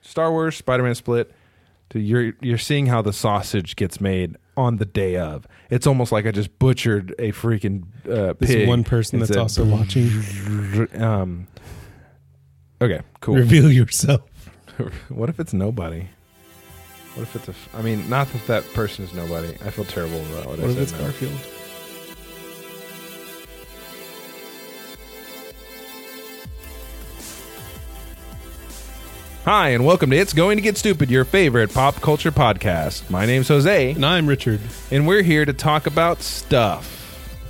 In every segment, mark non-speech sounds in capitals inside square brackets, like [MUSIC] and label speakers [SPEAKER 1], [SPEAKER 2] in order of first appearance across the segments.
[SPEAKER 1] Star Wars, Spider Man split, to you're you're seeing how the sausage gets made on the day of. It's almost like I just butchered a freaking uh,
[SPEAKER 2] This
[SPEAKER 1] pig.
[SPEAKER 2] one person
[SPEAKER 1] and
[SPEAKER 2] that's
[SPEAKER 1] said,
[SPEAKER 2] also watching.
[SPEAKER 1] Um, okay, cool.
[SPEAKER 2] Reveal yourself.
[SPEAKER 1] [LAUGHS] what if it's nobody? What if it's a? F- I mean, not that that person is nobody. I feel terrible about what, I
[SPEAKER 2] What if
[SPEAKER 1] said
[SPEAKER 2] it's
[SPEAKER 1] now.
[SPEAKER 2] Garfield?
[SPEAKER 1] Hi, and welcome to It's Going to Get Stupid, your favorite pop culture podcast. My name's Jose,
[SPEAKER 2] And I'm Richard.
[SPEAKER 1] and we're here to talk about stuff.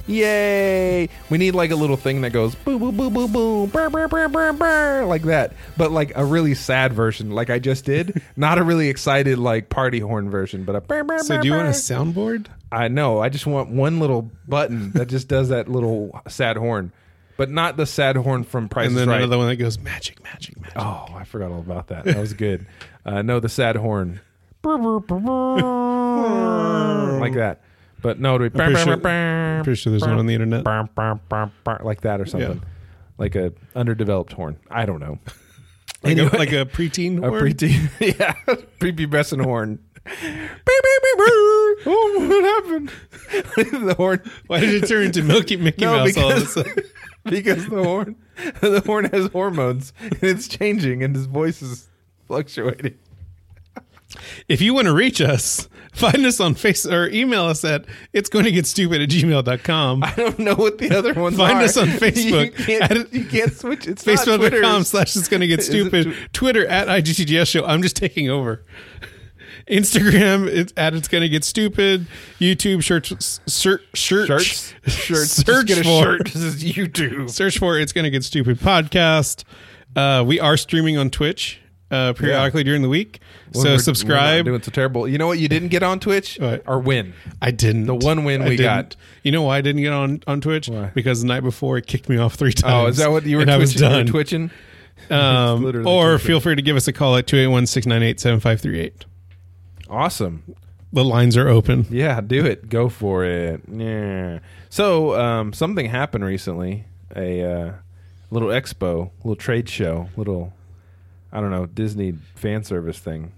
[SPEAKER 1] Yay! We need like a little thing that goes boo boo boo boo boo brr, brr, brr, brr, brr, like that, but like a really sad version, like I just [LAUGHS] did. Not a really excited like party horn version, but a. Brr, brr,
[SPEAKER 2] So
[SPEAKER 1] brr,
[SPEAKER 2] do you want a
[SPEAKER 1] brr.
[SPEAKER 2] soundboard?
[SPEAKER 1] I know. I just want one little button that just does that little sad horn, but not the sad horn from Price
[SPEAKER 2] And
[SPEAKER 1] is
[SPEAKER 2] then
[SPEAKER 1] Right.
[SPEAKER 2] another one that goes magic, magic, magic.
[SPEAKER 1] Oh, I forgot all about that. That was good. Uh, no, the sad horn. like that. But no, it'd be
[SPEAKER 2] pretty sure- I'm pretty sure there's one on the internet.
[SPEAKER 1] like that or something.
[SPEAKER 2] Yeah.
[SPEAKER 1] Like a underdeveloped horn. I don't know.
[SPEAKER 2] Like,
[SPEAKER 1] Anyway.
[SPEAKER 2] a, like a preteen
[SPEAKER 1] A
[SPEAKER 2] word?
[SPEAKER 1] preteen, [LAUGHS] yeah, prepubescent horn. oh, what happened? [LAUGHS] the horn
[SPEAKER 2] Why did it turn into [LAUGHS] Milky Mickey
[SPEAKER 1] No,
[SPEAKER 2] Mouse all of a
[SPEAKER 1] because-
[SPEAKER 2] sudden?
[SPEAKER 1] [LAUGHS] because the horn [LAUGHS] the horn has hormones and it's changing and his voice is fluctuating.
[SPEAKER 2] If you want to reach us, [LAUGHS] find us on Face or email us at it's going to get stupid at gmail.com.
[SPEAKER 1] I don't know what the other ones
[SPEAKER 2] Find
[SPEAKER 1] are.
[SPEAKER 2] us on
[SPEAKER 1] [LAUGHS] You
[SPEAKER 2] Facebook
[SPEAKER 1] can't,
[SPEAKER 2] at-
[SPEAKER 1] you can't switch. It's not Twitter.
[SPEAKER 2] Facebook.com slash it's going to get
[SPEAKER 1] Is it
[SPEAKER 2] stupid. Twitter at IGTGS show. I'm just taking over. [LAUGHS] Instagram it's at it's going to get stupid. YouTube search, search, search,
[SPEAKER 1] Shirts, shirts. Just
[SPEAKER 2] [LAUGHS] Search
[SPEAKER 1] get a
[SPEAKER 2] for-
[SPEAKER 1] shirt. This is YouTube.
[SPEAKER 2] search for it's going to get stupid podcast. Uh, we are streaming on Twitch uh, periodically during the week.
[SPEAKER 1] When
[SPEAKER 2] so
[SPEAKER 1] we're- We're not
[SPEAKER 2] subscribe.
[SPEAKER 1] doing so terrible. You know what? You didn't get on Twitch
[SPEAKER 2] What?
[SPEAKER 1] or win.
[SPEAKER 2] I didn't. The
[SPEAKER 1] one win we got.
[SPEAKER 2] You know why I didn't get on on Twitch?
[SPEAKER 1] Why?
[SPEAKER 2] Because the night before it kicked me off three times.
[SPEAKER 1] Oh, is that what you were?
[SPEAKER 2] and
[SPEAKER 1] twitching?
[SPEAKER 2] I was
[SPEAKER 1] You were
[SPEAKER 2] done.
[SPEAKER 1] twitching. [LAUGHS]
[SPEAKER 2] Um, or
[SPEAKER 1] literally twitching.
[SPEAKER 2] feel free to give us a call at 281-698-7538.
[SPEAKER 1] Awesome.
[SPEAKER 2] The lines are open.
[SPEAKER 1] Yeah, do it. Go for it. Yeah. So, um, something happened recently. A uh, little expo, little trade show, little I don't know Disney fan service thing.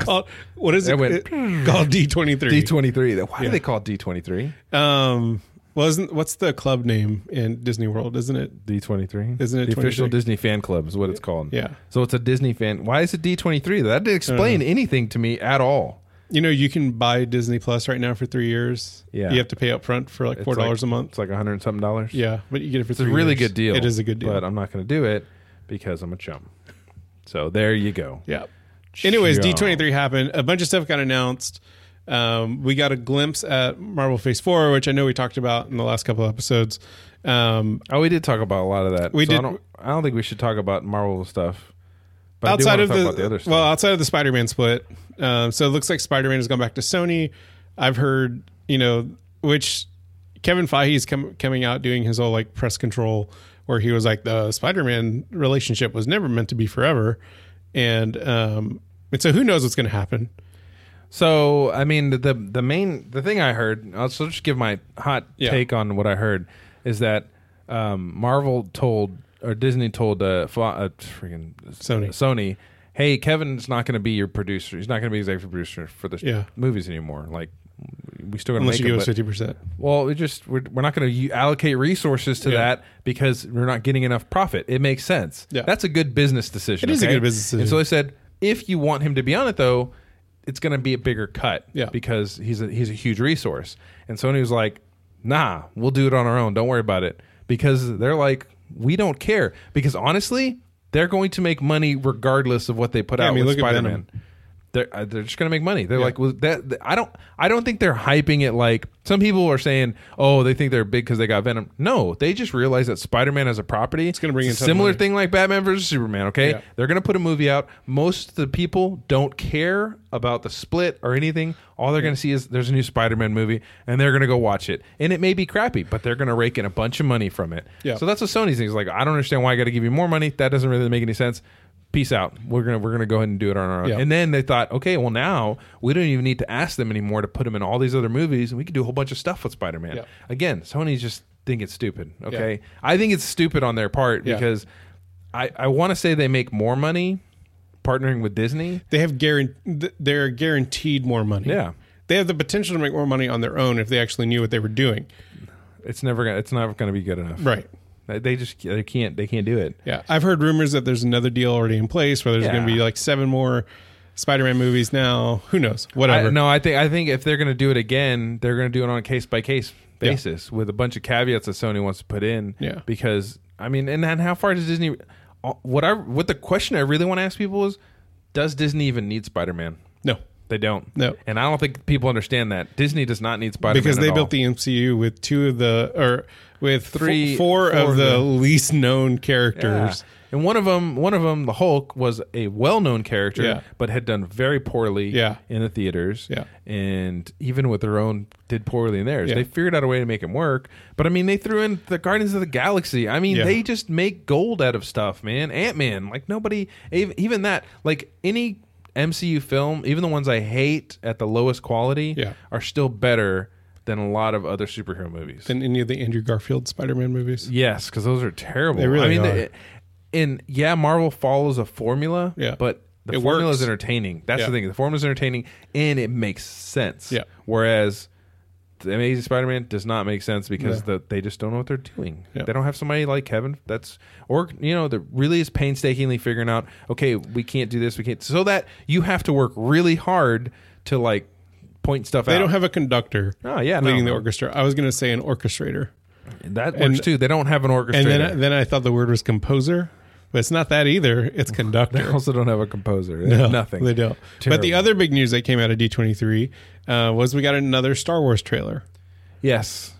[SPEAKER 2] Call- what is
[SPEAKER 1] That
[SPEAKER 2] it?
[SPEAKER 1] went-
[SPEAKER 2] Called D twenty
[SPEAKER 1] D
[SPEAKER 2] three.
[SPEAKER 1] twenty three. Why do they call it D twenty three?
[SPEAKER 2] Um, wasn't what's the club name in Disney World? Isn't it?
[SPEAKER 1] D twenty three.
[SPEAKER 2] Isn't it
[SPEAKER 1] the official
[SPEAKER 2] 23?
[SPEAKER 1] Disney fan club? Is what it's called.
[SPEAKER 2] Yeah.
[SPEAKER 1] So it's a Disney fan. Why is it D twenty three? That didn't explain
[SPEAKER 2] Uh-huh.
[SPEAKER 1] anything to me at all.
[SPEAKER 2] You know, you can buy Disney Plus right now for three years.
[SPEAKER 1] Yeah.
[SPEAKER 2] you have to pay up front for like
[SPEAKER 1] It's
[SPEAKER 2] four dollars
[SPEAKER 1] like-
[SPEAKER 2] a month.
[SPEAKER 1] It's like a hundred and something dollars.
[SPEAKER 2] Yeah, but you get it for
[SPEAKER 1] It's a
[SPEAKER 2] three.
[SPEAKER 1] really
[SPEAKER 2] years.
[SPEAKER 1] good deal.
[SPEAKER 2] It is a good deal.
[SPEAKER 1] But uh, I'm not going to do it because I'm a chump. So there you go.
[SPEAKER 2] yeah. Anyways,
[SPEAKER 1] Chump.
[SPEAKER 2] D23 happened. A bunch of stuff got announced. Um, we got a glimpse at Marvel Phase 4, which I know we talked about in the last couple of episodes. Um,
[SPEAKER 1] Oh, we did talk about a lot of that.
[SPEAKER 2] We
[SPEAKER 1] So I
[SPEAKER 2] did-
[SPEAKER 1] don't, I don't think we should talk about Marvel stuff. But
[SPEAKER 2] outside
[SPEAKER 1] I
[SPEAKER 2] of
[SPEAKER 1] do wanna
[SPEAKER 2] the,
[SPEAKER 1] talk about the other stuff.
[SPEAKER 2] well, outside of the Spider-Man split, um, so it looks like Spider-Man has gone back to Sony. I've heard, you know, which Kevin Feige is com- coming out doing his whole like press control where he was like the Spider-Man relationship was never meant to be forever, and um, and so who knows what's going to happen?
[SPEAKER 1] so I mean, the, the the main the thing I heard. I'll so just give my hot
[SPEAKER 2] Yeah.
[SPEAKER 1] take on what I heard is that um, Marvel told or Disney told uh, Fo- uh freaking
[SPEAKER 2] Sony.
[SPEAKER 1] Sony, hey, Kevin's not going to be your producer. He's not going to be executive producer for the
[SPEAKER 2] Yeah.
[SPEAKER 1] movies anymore. Like we still going to
[SPEAKER 2] Unless
[SPEAKER 1] make
[SPEAKER 2] you give
[SPEAKER 1] them,
[SPEAKER 2] us
[SPEAKER 1] but-
[SPEAKER 2] fifty percent.
[SPEAKER 1] Well, it just we're, we're not going to allocate resources to
[SPEAKER 2] Yeah.
[SPEAKER 1] that because we're not getting enough profit. It makes sense.
[SPEAKER 2] Yeah.
[SPEAKER 1] That's a good business decision.
[SPEAKER 2] It is a
[SPEAKER 1] okay?
[SPEAKER 2] good business
[SPEAKER 1] And so
[SPEAKER 2] decision.
[SPEAKER 1] they said if you want him to be on it though, it's going to be a bigger cut
[SPEAKER 2] Yeah.
[SPEAKER 1] because he's a, he's a huge resource. And Sony was like, "Nah, we'll do it on our own. Don't worry about it." Because they're like, "We don't care." Because honestly, they're going to make money regardless of what they put
[SPEAKER 2] Yeah, I
[SPEAKER 1] out
[SPEAKER 2] mean,
[SPEAKER 1] with
[SPEAKER 2] look at Venom.
[SPEAKER 1] Spider-Man they're uh, they're just gonna make money. They're like well, that. th- I don't I don't think they're hyping it like some people are saying. Oh, they think they're big because they got Venom. No, they just realize that Spider Man as a property, it's
[SPEAKER 2] gonna bring in
[SPEAKER 1] a
[SPEAKER 2] a ton of
[SPEAKER 1] similar
[SPEAKER 2] money.
[SPEAKER 1] thing like Batman versus Superman. Okay,
[SPEAKER 2] Yeah.
[SPEAKER 1] they're gonna put a movie out. Most of the people don't care about the split or anything. All they're gonna see is there's a new Spider Man movie, and they're gonna go watch it. And it may be crappy, but they're gonna rake in a bunch of money from it.
[SPEAKER 2] Yeah.
[SPEAKER 1] So that's what Sony's thing is like. I don't understand why I got to give you more money. That doesn't really make any sense. Peace out. We're gonna we're gonna go ahead and do it on our own.
[SPEAKER 2] Yeah.
[SPEAKER 1] And then they thought, okay, well now we don't even need to ask them anymore to put them in all these other movies, and we can do a whole bunch of stuff with Spider Man.
[SPEAKER 2] Yeah.
[SPEAKER 1] Again, Sony's just think it's stupid. Okay, I think it's stupid on their part
[SPEAKER 2] Yeah.
[SPEAKER 1] because I I want to say they make more money, partnering with Disney.
[SPEAKER 2] They have guaranteed they're guaranteed more money.
[SPEAKER 1] Yeah.
[SPEAKER 2] They have the potential to make more money on their own if they actually knew what they were doing.
[SPEAKER 1] It's never gonna. It's never gonna be good enough.
[SPEAKER 2] Right.
[SPEAKER 1] They- They just they can't they can't do it.
[SPEAKER 2] Yeah. I've heard rumors that there's another deal already in place where there's going to be
[SPEAKER 1] Yeah.
[SPEAKER 2] like seven more Spider-Man movies now. Who knows? Whatever.
[SPEAKER 1] I, no, I think I think if they're gonna do it again, they're gonna do it on a case by case basis with a bunch of caveats that Sony wants to put in.
[SPEAKER 2] Yeah.
[SPEAKER 1] Because I mean, and then how far does Disney? uh, What I what the question I really want to ask people is, does Disney even need Spider Man?
[SPEAKER 2] No.
[SPEAKER 1] They don't.
[SPEAKER 2] No.
[SPEAKER 1] And I don't think people understand that Disney does not need Spider Man
[SPEAKER 2] Because they built the MCU with two of the or with
[SPEAKER 1] Three-
[SPEAKER 2] three,
[SPEAKER 1] four
[SPEAKER 2] four, of
[SPEAKER 1] of
[SPEAKER 2] the,
[SPEAKER 1] the-
[SPEAKER 2] least known
[SPEAKER 1] Yeah.
[SPEAKER 2] characters.
[SPEAKER 1] And one of them, one of them, the Hulk was a well-known character,
[SPEAKER 2] Yeah.
[SPEAKER 1] but had done very poorly
[SPEAKER 2] Yeah.
[SPEAKER 1] in the theaters,
[SPEAKER 2] Yeah.
[SPEAKER 1] and even with their own, did poorly in theirs.
[SPEAKER 2] Yeah.
[SPEAKER 1] They figured out a way to make him work, but I mean, they threw in the Guardians of the Galaxy. I mean,
[SPEAKER 2] Yeah.
[SPEAKER 1] they just make gold out of stuff, man. Ant Man, like nobody, ev- even that, like any MCU film, even the ones I hate at the lowest quality,
[SPEAKER 2] Yeah.
[SPEAKER 1] are still better than a lot of other superhero movies.
[SPEAKER 2] Than any of the Andrew Garfield Spider-Man movies.
[SPEAKER 1] Yes, because those are terrible.
[SPEAKER 2] They really
[SPEAKER 1] I mean,
[SPEAKER 2] are.
[SPEAKER 1] they- and yeah, Marvel follows a formula.
[SPEAKER 2] Yeah.
[SPEAKER 1] but the
[SPEAKER 2] It
[SPEAKER 1] formula
[SPEAKER 2] works.
[SPEAKER 1] is entertaining. That's
[SPEAKER 2] Yeah.
[SPEAKER 1] the thing. The formula is entertaining, and it makes sense.
[SPEAKER 2] Yeah.
[SPEAKER 1] Whereas the Amazing Spider-Man does not make sense because the, they just don't know what they're doing.
[SPEAKER 2] Yeah.
[SPEAKER 1] They don't have somebody like Kevin that's or you know that really is painstakingly figuring out. Okay, we can't do this. We can't. So that you have to work really hard to like point stuff
[SPEAKER 2] They
[SPEAKER 1] out.
[SPEAKER 2] don't have a conductor
[SPEAKER 1] Oh, yeah, no.
[SPEAKER 2] leading the orchestra. I was going to say an orchestrator.
[SPEAKER 1] that works
[SPEAKER 2] and-
[SPEAKER 1] too. They don't have an orchestra.
[SPEAKER 2] And then I, then I thought the word was composer, but it's not that either. It's
[SPEAKER 1] they [LAUGHS]
[SPEAKER 2] conductor.
[SPEAKER 1] also don't have a composer. They
[SPEAKER 2] No,
[SPEAKER 1] have nothing.
[SPEAKER 2] They don't. But the
[SPEAKER 1] Terrible.
[SPEAKER 2] other big news that came out of D23 uh, was we got another Star Wars trailer.
[SPEAKER 1] Yes.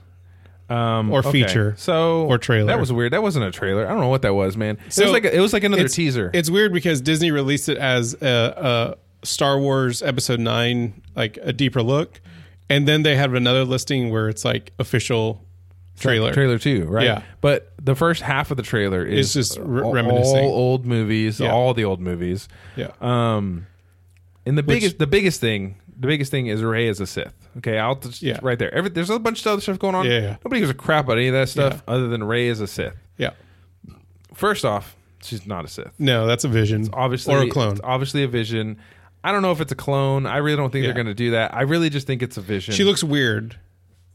[SPEAKER 1] Um,
[SPEAKER 2] Or feature.
[SPEAKER 1] so
[SPEAKER 2] Or trailer.
[SPEAKER 1] That was weird. That wasn't a trailer. I don't know what that was, man. it
[SPEAKER 2] So,
[SPEAKER 1] was like it was like another
[SPEAKER 2] it's-
[SPEAKER 1] teaser.
[SPEAKER 2] It's weird because Disney released it as a, a Star Wars Episode Nine, like a deeper look, and then they have another listing where it's like official trailer.
[SPEAKER 1] trailer too, right?
[SPEAKER 2] Yeah.
[SPEAKER 1] But the first half of the trailer is
[SPEAKER 2] It's just re-
[SPEAKER 1] all-
[SPEAKER 2] reminiscing.
[SPEAKER 1] all old movies,
[SPEAKER 2] Yeah.
[SPEAKER 1] all the old movies.
[SPEAKER 2] Yeah,
[SPEAKER 1] Um, and the biggest, the biggest thing, the biggest thing is Ray is a Sith. Okay, I'll just
[SPEAKER 2] Yeah.
[SPEAKER 1] right there. Every, there's a bunch of other stuff going on.
[SPEAKER 2] Yeah, yeah.
[SPEAKER 1] Nobody gives a crap about any of that stuff other than Ray is a Sith.
[SPEAKER 2] yeah.
[SPEAKER 1] First off, she's not a Sith.
[SPEAKER 2] No, that's a vision,
[SPEAKER 1] obviously
[SPEAKER 2] or a clone.
[SPEAKER 1] it's obviously a vision. I don't know if it's a clone. I really don't think
[SPEAKER 2] Yeah.
[SPEAKER 1] they're going to do that. I really just think it's a vision.
[SPEAKER 2] She looks weird.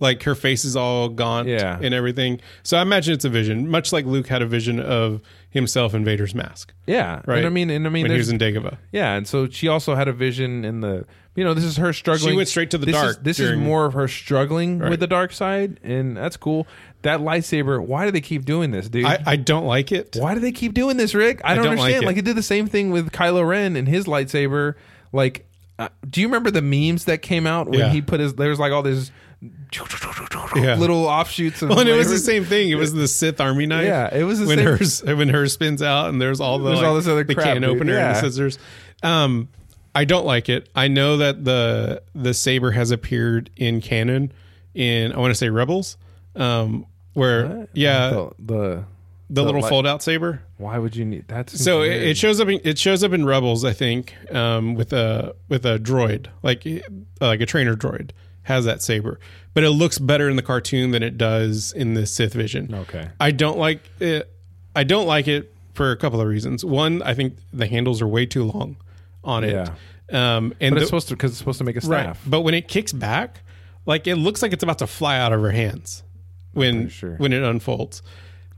[SPEAKER 2] Like her face is all gaunt
[SPEAKER 1] Yeah.
[SPEAKER 2] and everything. So I imagine it's a vision, much like Luke had a vision of himself in Vader's mask.
[SPEAKER 1] yeah,
[SPEAKER 2] Right.
[SPEAKER 1] And I mean, and I mean,
[SPEAKER 2] when he was
[SPEAKER 1] there's,
[SPEAKER 2] in Dagobah.
[SPEAKER 1] yeah, and so she also had a vision in the. You know, this is her struggling.
[SPEAKER 2] She went straight to the
[SPEAKER 1] this
[SPEAKER 2] dark
[SPEAKER 1] Is, this
[SPEAKER 2] during-
[SPEAKER 1] is more of her struggling
[SPEAKER 2] Right.
[SPEAKER 1] with the dark side, and that's cool. That lightsaber. Why do they keep doing this, dude?
[SPEAKER 2] I, I don't like it.
[SPEAKER 1] why do they keep doing this, Rick? I don't,
[SPEAKER 2] don't like
[SPEAKER 1] understand.
[SPEAKER 2] it.
[SPEAKER 1] Like, it did the same thing with Kylo Ren and his lightsaber. Like, uh, do you remember the memes that came out when
[SPEAKER 2] Yeah.
[SPEAKER 1] he put his? There was like all these
[SPEAKER 2] Yeah.
[SPEAKER 1] little offshoots. Of
[SPEAKER 2] Well, and it was the
[SPEAKER 1] flavors.
[SPEAKER 2] same thing. It was the Sith Army knife.
[SPEAKER 1] Yeah, it was the
[SPEAKER 2] when
[SPEAKER 1] same-
[SPEAKER 2] hers when hers spins out and there's all the
[SPEAKER 1] There's
[SPEAKER 2] like,
[SPEAKER 1] all this other
[SPEAKER 2] the
[SPEAKER 1] crap,
[SPEAKER 2] can
[SPEAKER 1] dude.
[SPEAKER 2] opener and the
[SPEAKER 1] Yeah.
[SPEAKER 2] scissors. Um, I don't like it. I know that the the saber has appeared in canon in I want to say Rebels, um, where yeah the,
[SPEAKER 1] the, the
[SPEAKER 2] little
[SPEAKER 1] light-
[SPEAKER 2] fold out saber.
[SPEAKER 1] Why would you need that?
[SPEAKER 2] So it, it shows up. In, it shows up in Rebels, I think, um, with a with a droid, like like a trainer droid, has that saber. But it looks better in the cartoon than it does in the Sith Vision.
[SPEAKER 1] Okay.
[SPEAKER 2] I don't like it. I don't like it for a couple of reasons. One, I think the handles are way too long on it.
[SPEAKER 1] Yeah.
[SPEAKER 2] Um, and
[SPEAKER 1] But
[SPEAKER 2] the,
[SPEAKER 1] it's supposed to because it's supposed to make a
[SPEAKER 2] right,
[SPEAKER 1] staff.
[SPEAKER 2] but when it kicks back, like it looks like it's about to fly out of her hands when
[SPEAKER 1] sure.
[SPEAKER 2] when it unfolds.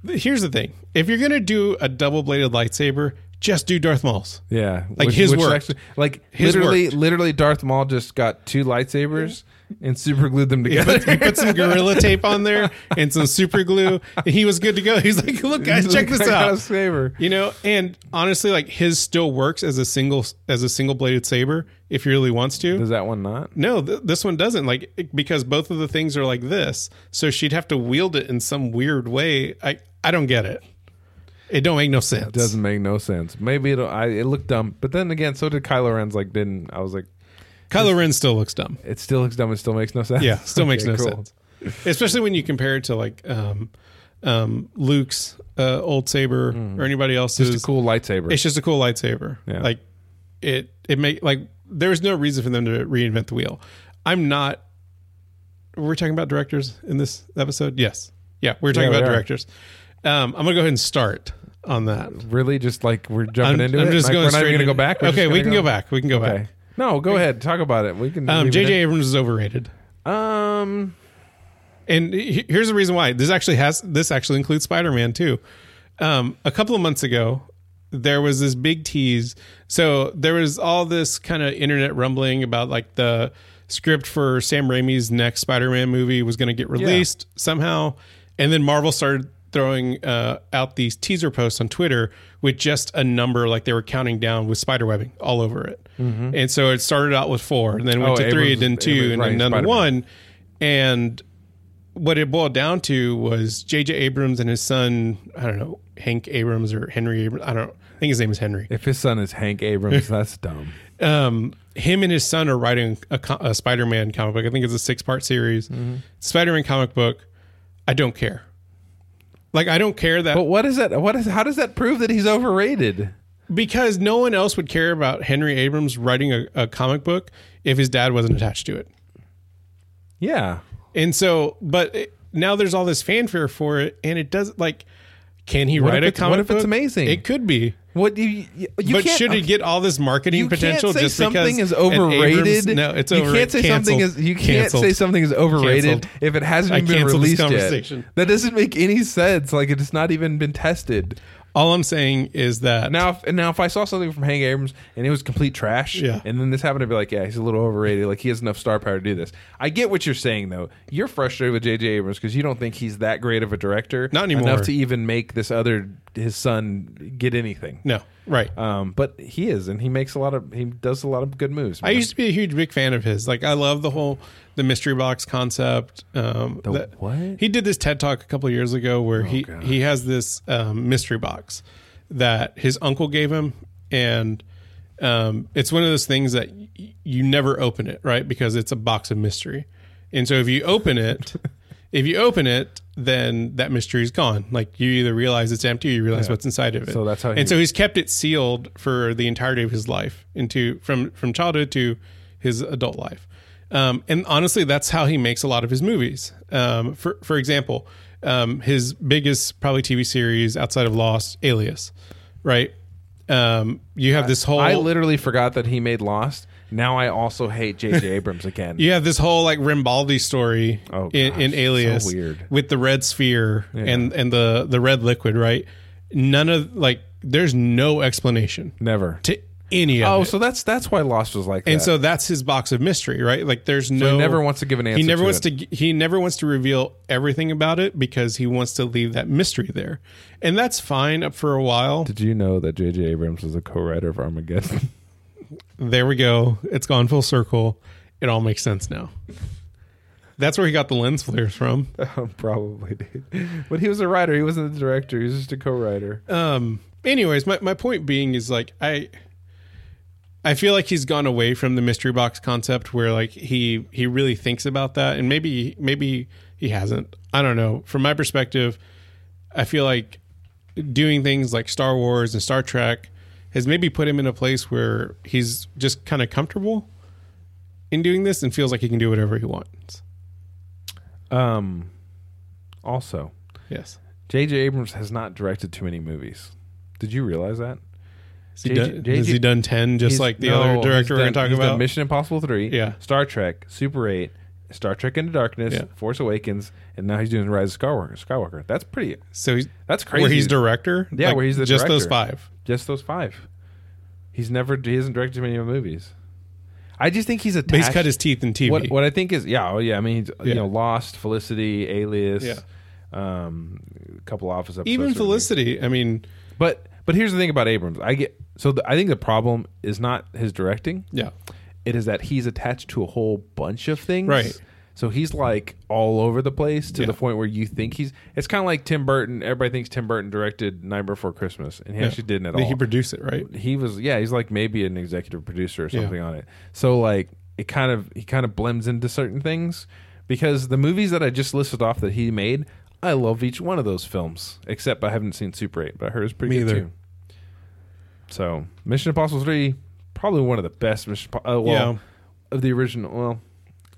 [SPEAKER 2] Here's the thing: if you're gonna do a double bladed lightsaber, just do Darth Maul's.
[SPEAKER 1] Yeah,
[SPEAKER 2] Like his worked.
[SPEAKER 1] actually- like
[SPEAKER 2] His
[SPEAKER 1] literally, literally, Darth Maul just got two lightsabers and super glued them together.
[SPEAKER 2] He put
[SPEAKER 1] [LAUGHS]
[SPEAKER 2] some gorilla tape on there and some super glue. And he was good to go. He's like, "Look, guys, [LAUGHS]
[SPEAKER 1] [LAUGHS]
[SPEAKER 2] check
[SPEAKER 1] Like,
[SPEAKER 2] this
[SPEAKER 1] I got a
[SPEAKER 2] out."
[SPEAKER 1] saber.
[SPEAKER 2] You know, and honestly, like his still works as a single as a single bladed saber if he really wants to.
[SPEAKER 1] Does that one not?
[SPEAKER 2] No, th- this one doesn't. Like it- because both of the things are like this, so she'd have to wield it in some weird way. I I don't get it. It don't make no sense.
[SPEAKER 1] Doesn't make no sense. Maybe it'll. I, it looked dumb, but then again, so did Kylo Ren's. Like, didn't I was like,
[SPEAKER 2] Kylo Ren still looks dumb.
[SPEAKER 1] it still looks dumb. It still makes no sense.
[SPEAKER 2] Yeah, still makes
[SPEAKER 1] Okay,
[SPEAKER 2] no
[SPEAKER 1] cool.
[SPEAKER 2] sense. Especially when you compare it to like um, um, Luke's uh, old saber or anybody else's.
[SPEAKER 1] Hmm. Just a cool lightsaber.
[SPEAKER 2] It's just a cool lightsaber.
[SPEAKER 1] Yeah.
[SPEAKER 2] Like it it make like there's no reason for them to reinvent the wheel. I'm not we're talking about directors in this episode? Yes. Yeah, we're talking
[SPEAKER 1] Yeah, we
[SPEAKER 2] about
[SPEAKER 1] are.
[SPEAKER 2] directors. Um, I'm gonna go ahead and start. on that.
[SPEAKER 1] Really, just like we're jumping into it.
[SPEAKER 2] just
[SPEAKER 1] Like,
[SPEAKER 2] going
[SPEAKER 1] we're not
[SPEAKER 2] straight
[SPEAKER 1] even gonna
[SPEAKER 2] in-
[SPEAKER 1] go back. We're
[SPEAKER 2] okay,
[SPEAKER 1] just
[SPEAKER 2] we
[SPEAKER 1] gonna
[SPEAKER 2] can go. back. We can go
[SPEAKER 1] Okay.
[SPEAKER 2] back.
[SPEAKER 1] No, go ahead. Talk about it. We can.
[SPEAKER 2] Um,
[SPEAKER 1] leave it
[SPEAKER 2] J.J.
[SPEAKER 1] in.
[SPEAKER 2] Abrams is overrated,
[SPEAKER 1] Um.
[SPEAKER 2] and he- here's the reason why. This actually has this actually includes Spider-Man too. Um, a couple of months ago, there was this big tease. So there was all this kind of internet rumbling about like the script for Sam Raimi's next Spider-Man movie was going to get released somehow, and then Marvel started throwing uh, out these teaser posts on Twitter with just a number, like they were counting down with spider webbing all over it. And so it started out with four, and then went
[SPEAKER 1] Mm-hmm. Oh,
[SPEAKER 2] to three,
[SPEAKER 1] Abrams-
[SPEAKER 2] then two,
[SPEAKER 1] Abrams
[SPEAKER 2] and then
[SPEAKER 1] writing
[SPEAKER 2] none
[SPEAKER 1] Spider-Man.
[SPEAKER 2] one, and what it boiled down to was J.J. Abrams and his son, I don't know, Hank Abrams or Henry Abrams. I don't I think his name is Henry.
[SPEAKER 1] If his son is Hank
[SPEAKER 2] [LAUGHS]
[SPEAKER 1] Abrams, that's dumb.
[SPEAKER 2] Um, him and his son are writing a, co- a Spider Man comic book. I think it's a six part series.
[SPEAKER 1] Mm-hmm.
[SPEAKER 2] Spider Man comic book. I don't care. Like, I don't care that
[SPEAKER 1] But what is that? What is? How does that prove that he's overrated?
[SPEAKER 2] because no one else would care about Henry Abrams writing a, a comic book if his dad wasn't attached to it.
[SPEAKER 1] Yeah.
[SPEAKER 2] And so, but it, now there's all this fanfare for it, and it does like, can he
[SPEAKER 1] if
[SPEAKER 2] write a
[SPEAKER 1] it's- what
[SPEAKER 2] comic?
[SPEAKER 1] if it's
[SPEAKER 2] book?
[SPEAKER 1] amazing?
[SPEAKER 2] It could be.
[SPEAKER 1] What do you? You, you
[SPEAKER 2] but
[SPEAKER 1] can't.
[SPEAKER 2] should it get all this marketing
[SPEAKER 1] you
[SPEAKER 2] potential
[SPEAKER 1] can't say
[SPEAKER 2] just
[SPEAKER 1] something
[SPEAKER 2] because
[SPEAKER 1] is
[SPEAKER 2] an Abrams-
[SPEAKER 1] overrated.
[SPEAKER 2] no, it's
[SPEAKER 1] You can't
[SPEAKER 2] overrated.
[SPEAKER 1] say something
[SPEAKER 2] Canceled.
[SPEAKER 1] is. You can't
[SPEAKER 2] Canceled.
[SPEAKER 1] say something is overrated
[SPEAKER 2] Canceled.
[SPEAKER 1] if it hasn't
[SPEAKER 2] I
[SPEAKER 1] even been
[SPEAKER 2] canceled this
[SPEAKER 1] released
[SPEAKER 2] conversation.
[SPEAKER 1] yet. That doesn't make any sense. Like it's not even been tested.
[SPEAKER 2] All I'm saying is that
[SPEAKER 1] Now, if, and now if I saw something from Hank Abrams and it was complete trash,
[SPEAKER 2] Yeah.
[SPEAKER 1] and then this happened to be like, yeah, he's a little overrated. Like he has enough star power to do this. I get what you're saying though. You're frustrated with J.J. Abrams because you don't think he's that great of a director,
[SPEAKER 2] Not anymore.
[SPEAKER 1] enough to even make this other his son get anything.
[SPEAKER 2] no, right.
[SPEAKER 1] Um, but he is, and he makes a lot of he does a lot of good moves.
[SPEAKER 2] I
[SPEAKER 1] man.
[SPEAKER 2] used to be a huge big fan of his. Like I love the whole the mystery box concept. Um,
[SPEAKER 1] The what? Oh,
[SPEAKER 2] He did this TED talk a couple of years ago where he
[SPEAKER 1] God.
[SPEAKER 2] he has this um, mystery box that his uncle gave him, and um, it's one of those things that y- you never open it, right? Because it's a box of mystery, and so if you
[SPEAKER 1] [LAUGHS]
[SPEAKER 2] open it. If you open it, then that mystery is gone. Like you either realize it's empty, or you realize what's inside of it.
[SPEAKER 1] So that's how he-
[SPEAKER 2] and so he's kept it sealed for the entirety of his life into from from childhood to his adult life um, and honestly that's how he makes a lot of his movies um, for for example um, his biggest probably tv series outside of lost alias right um, you have this whole
[SPEAKER 1] I literally forgot that he made Lost. Now I also hate [LAUGHS] J.J. Abrams again.
[SPEAKER 2] you have this whole like Rimbaldi story
[SPEAKER 1] Oh,
[SPEAKER 2] in,
[SPEAKER 1] gosh,
[SPEAKER 2] in
[SPEAKER 1] so
[SPEAKER 2] Alias
[SPEAKER 1] weird.
[SPEAKER 2] with the red sphere and and the the red liquid, right? None of like there's no explanation
[SPEAKER 1] Never.
[SPEAKER 2] to any of
[SPEAKER 1] Oh,
[SPEAKER 2] it.
[SPEAKER 1] so that's that's why Lost was like that.
[SPEAKER 2] And so that's his box of mystery, right? Like there's no
[SPEAKER 1] he never wants to give an answer.
[SPEAKER 2] He never
[SPEAKER 1] to
[SPEAKER 2] wants
[SPEAKER 1] it.
[SPEAKER 2] to g- he never wants to reveal everything about it because he wants to leave that mystery there. And that's fine up for a while.
[SPEAKER 1] Did you know that J.J. Abrams was a co-writer of [LAUGHS] Armageddon?
[SPEAKER 2] There we go. It's gone full circle. It all makes sense now. That's where he got the lens flares from.
[SPEAKER 1] Probably, dude. But he was a writer. He wasn't the director. He was just a co-writer.
[SPEAKER 2] um anyways my, my point being is like i i feel like he's gone away from the mystery box concept where like he he really thinks about that and maybe maybe he hasn't i don't know from my perspective i feel like doing things like star wars and star trek has maybe put him in a place where he's just kind of comfortable in doing this and feels like he can do whatever he wants
[SPEAKER 1] Um. Also,
[SPEAKER 2] yes
[SPEAKER 1] J.J. Abrams has not directed too many movies. Did you realize that?
[SPEAKER 2] has he,
[SPEAKER 1] JJ
[SPEAKER 2] done, has he done 10 just
[SPEAKER 1] He's-
[SPEAKER 2] like the
[SPEAKER 1] no,
[SPEAKER 2] other director
[SPEAKER 1] he's
[SPEAKER 2] we're
[SPEAKER 1] done-
[SPEAKER 2] going to
[SPEAKER 1] he's
[SPEAKER 2] talk
[SPEAKER 1] done
[SPEAKER 2] about
[SPEAKER 1] Mission Impossible Three,
[SPEAKER 2] Yeah.
[SPEAKER 1] Star Trek, Super Eight, Star Trek Into Darkness,
[SPEAKER 2] Yeah.
[SPEAKER 1] Force Awakens, and now he's doing Rise of Skywalker. Skywalker. That's pretty.
[SPEAKER 2] so he's
[SPEAKER 1] That's crazy.
[SPEAKER 2] Where he's director?
[SPEAKER 1] Yeah, where he's the
[SPEAKER 2] just
[SPEAKER 1] director.
[SPEAKER 2] those five.
[SPEAKER 1] just those five. He's never. He hasn't directed too many movies. I just think he's
[SPEAKER 2] But
[SPEAKER 1] attached.
[SPEAKER 2] he's cut his teeth in TV.
[SPEAKER 1] What, what I think is, yeah, oh yeah. I mean, he's,
[SPEAKER 2] Yeah.
[SPEAKER 1] you know, Lost, Felicity, Alias,
[SPEAKER 2] Yeah.
[SPEAKER 1] um, a couple Office episodes.
[SPEAKER 2] Even
[SPEAKER 1] certainly.
[SPEAKER 2] Felicity. I mean,
[SPEAKER 1] But but here's the thing about Abrams. I get so the, I think the problem is not his directing.
[SPEAKER 2] yeah,
[SPEAKER 1] It is that he's attached to a whole bunch of things.
[SPEAKER 2] Right.
[SPEAKER 1] So he's like all over the place to
[SPEAKER 2] Yeah.
[SPEAKER 1] the point where you think he's. It's kind of like Tim Burton. Everybody thinks Tim Burton directed Night Before Christmas, and he actually didn't at all.
[SPEAKER 2] he produced it, right?
[SPEAKER 1] he was yeah he's like maybe an executive producer or something on it so like it kind of he kind of blends into certain things because the movies that i just listed off that he made i love each one of those films except i haven't seen super 8 but i heard it's pretty
[SPEAKER 2] Me
[SPEAKER 1] good
[SPEAKER 2] either.
[SPEAKER 1] too so mission impossible 3 probably one of the best mission Impo- uh, well
[SPEAKER 2] Yeah.
[SPEAKER 1] of the original well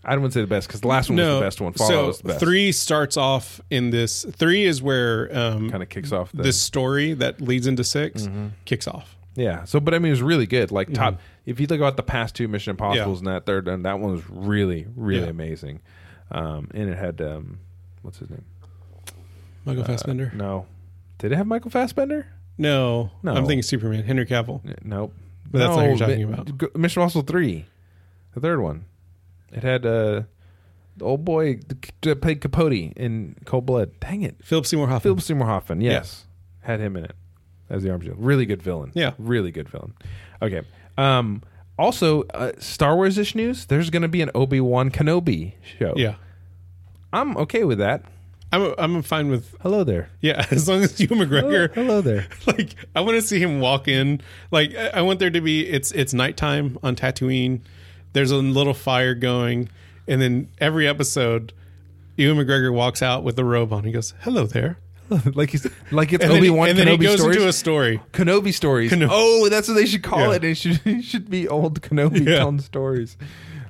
[SPEAKER 1] I wouldn't say the best because the last one was the best one. Fallout
[SPEAKER 2] so
[SPEAKER 1] was the best.
[SPEAKER 2] three starts off in this. Three is where um,
[SPEAKER 1] kind of kicks off the Mm-hmm.
[SPEAKER 2] this story that leads into 6 kicks off.
[SPEAKER 1] yeah. So, but I mean, it was really good. Like top.
[SPEAKER 2] Mm-hmm.
[SPEAKER 1] If you look about the past two Mission Impossible's and that third, and that one was really, really
[SPEAKER 2] Yeah.
[SPEAKER 1] amazing. Um, and it had um, what's his name? Uh,
[SPEAKER 2] Michael Fassbender.
[SPEAKER 1] No, did it have Michael Fassbender?
[SPEAKER 2] No,
[SPEAKER 1] No.
[SPEAKER 2] I'm thinking Superman. Henry Cavill.
[SPEAKER 1] N- Nope.
[SPEAKER 2] But that's not what you're talking
[SPEAKER 1] Mi-
[SPEAKER 2] about.
[SPEAKER 1] G- Mission Impossible Three, the third one. It had uh, the old boy th- that played Capote in Cold Blood. Dang it,
[SPEAKER 2] Philip Seymour Hoffman.
[SPEAKER 1] Philip Seymour Hoffman. Yes, had him in it as the arms dealer. Really good villain.
[SPEAKER 2] Yeah.
[SPEAKER 1] really good villain. Okay. Um. Also, uh, Star Wars ish news. There's going to be an Obi Wan Kenobi show.
[SPEAKER 2] Yeah,
[SPEAKER 1] I'm okay with that.
[SPEAKER 2] I'm I'm fine with
[SPEAKER 1] Hello there.
[SPEAKER 2] yeah [LAUGHS] as long as you
[SPEAKER 1] Hello,
[SPEAKER 2] McGregor.
[SPEAKER 1] hello there. [LAUGHS]
[SPEAKER 2] [LAUGHS] Like I want to see him walk in. Like I I want there to be it's it's nighttime on Tatooine. There's a little fire going, and then every episode, Ewan McGregor walks out with the robe on. He goes, "Hello there,"
[SPEAKER 1] like he's like it's
[SPEAKER 2] and then
[SPEAKER 1] Obi
[SPEAKER 2] he-
[SPEAKER 1] Wan
[SPEAKER 2] and then he
[SPEAKER 1] Kenobi
[SPEAKER 2] goes
[SPEAKER 1] stories.
[SPEAKER 2] into a story.
[SPEAKER 1] Kenobi stories. Oh, that's what they should call
[SPEAKER 2] Yeah.
[SPEAKER 1] it. It should [LAUGHS] it should be old Kenobi
[SPEAKER 2] Yeah.
[SPEAKER 1] telling stories.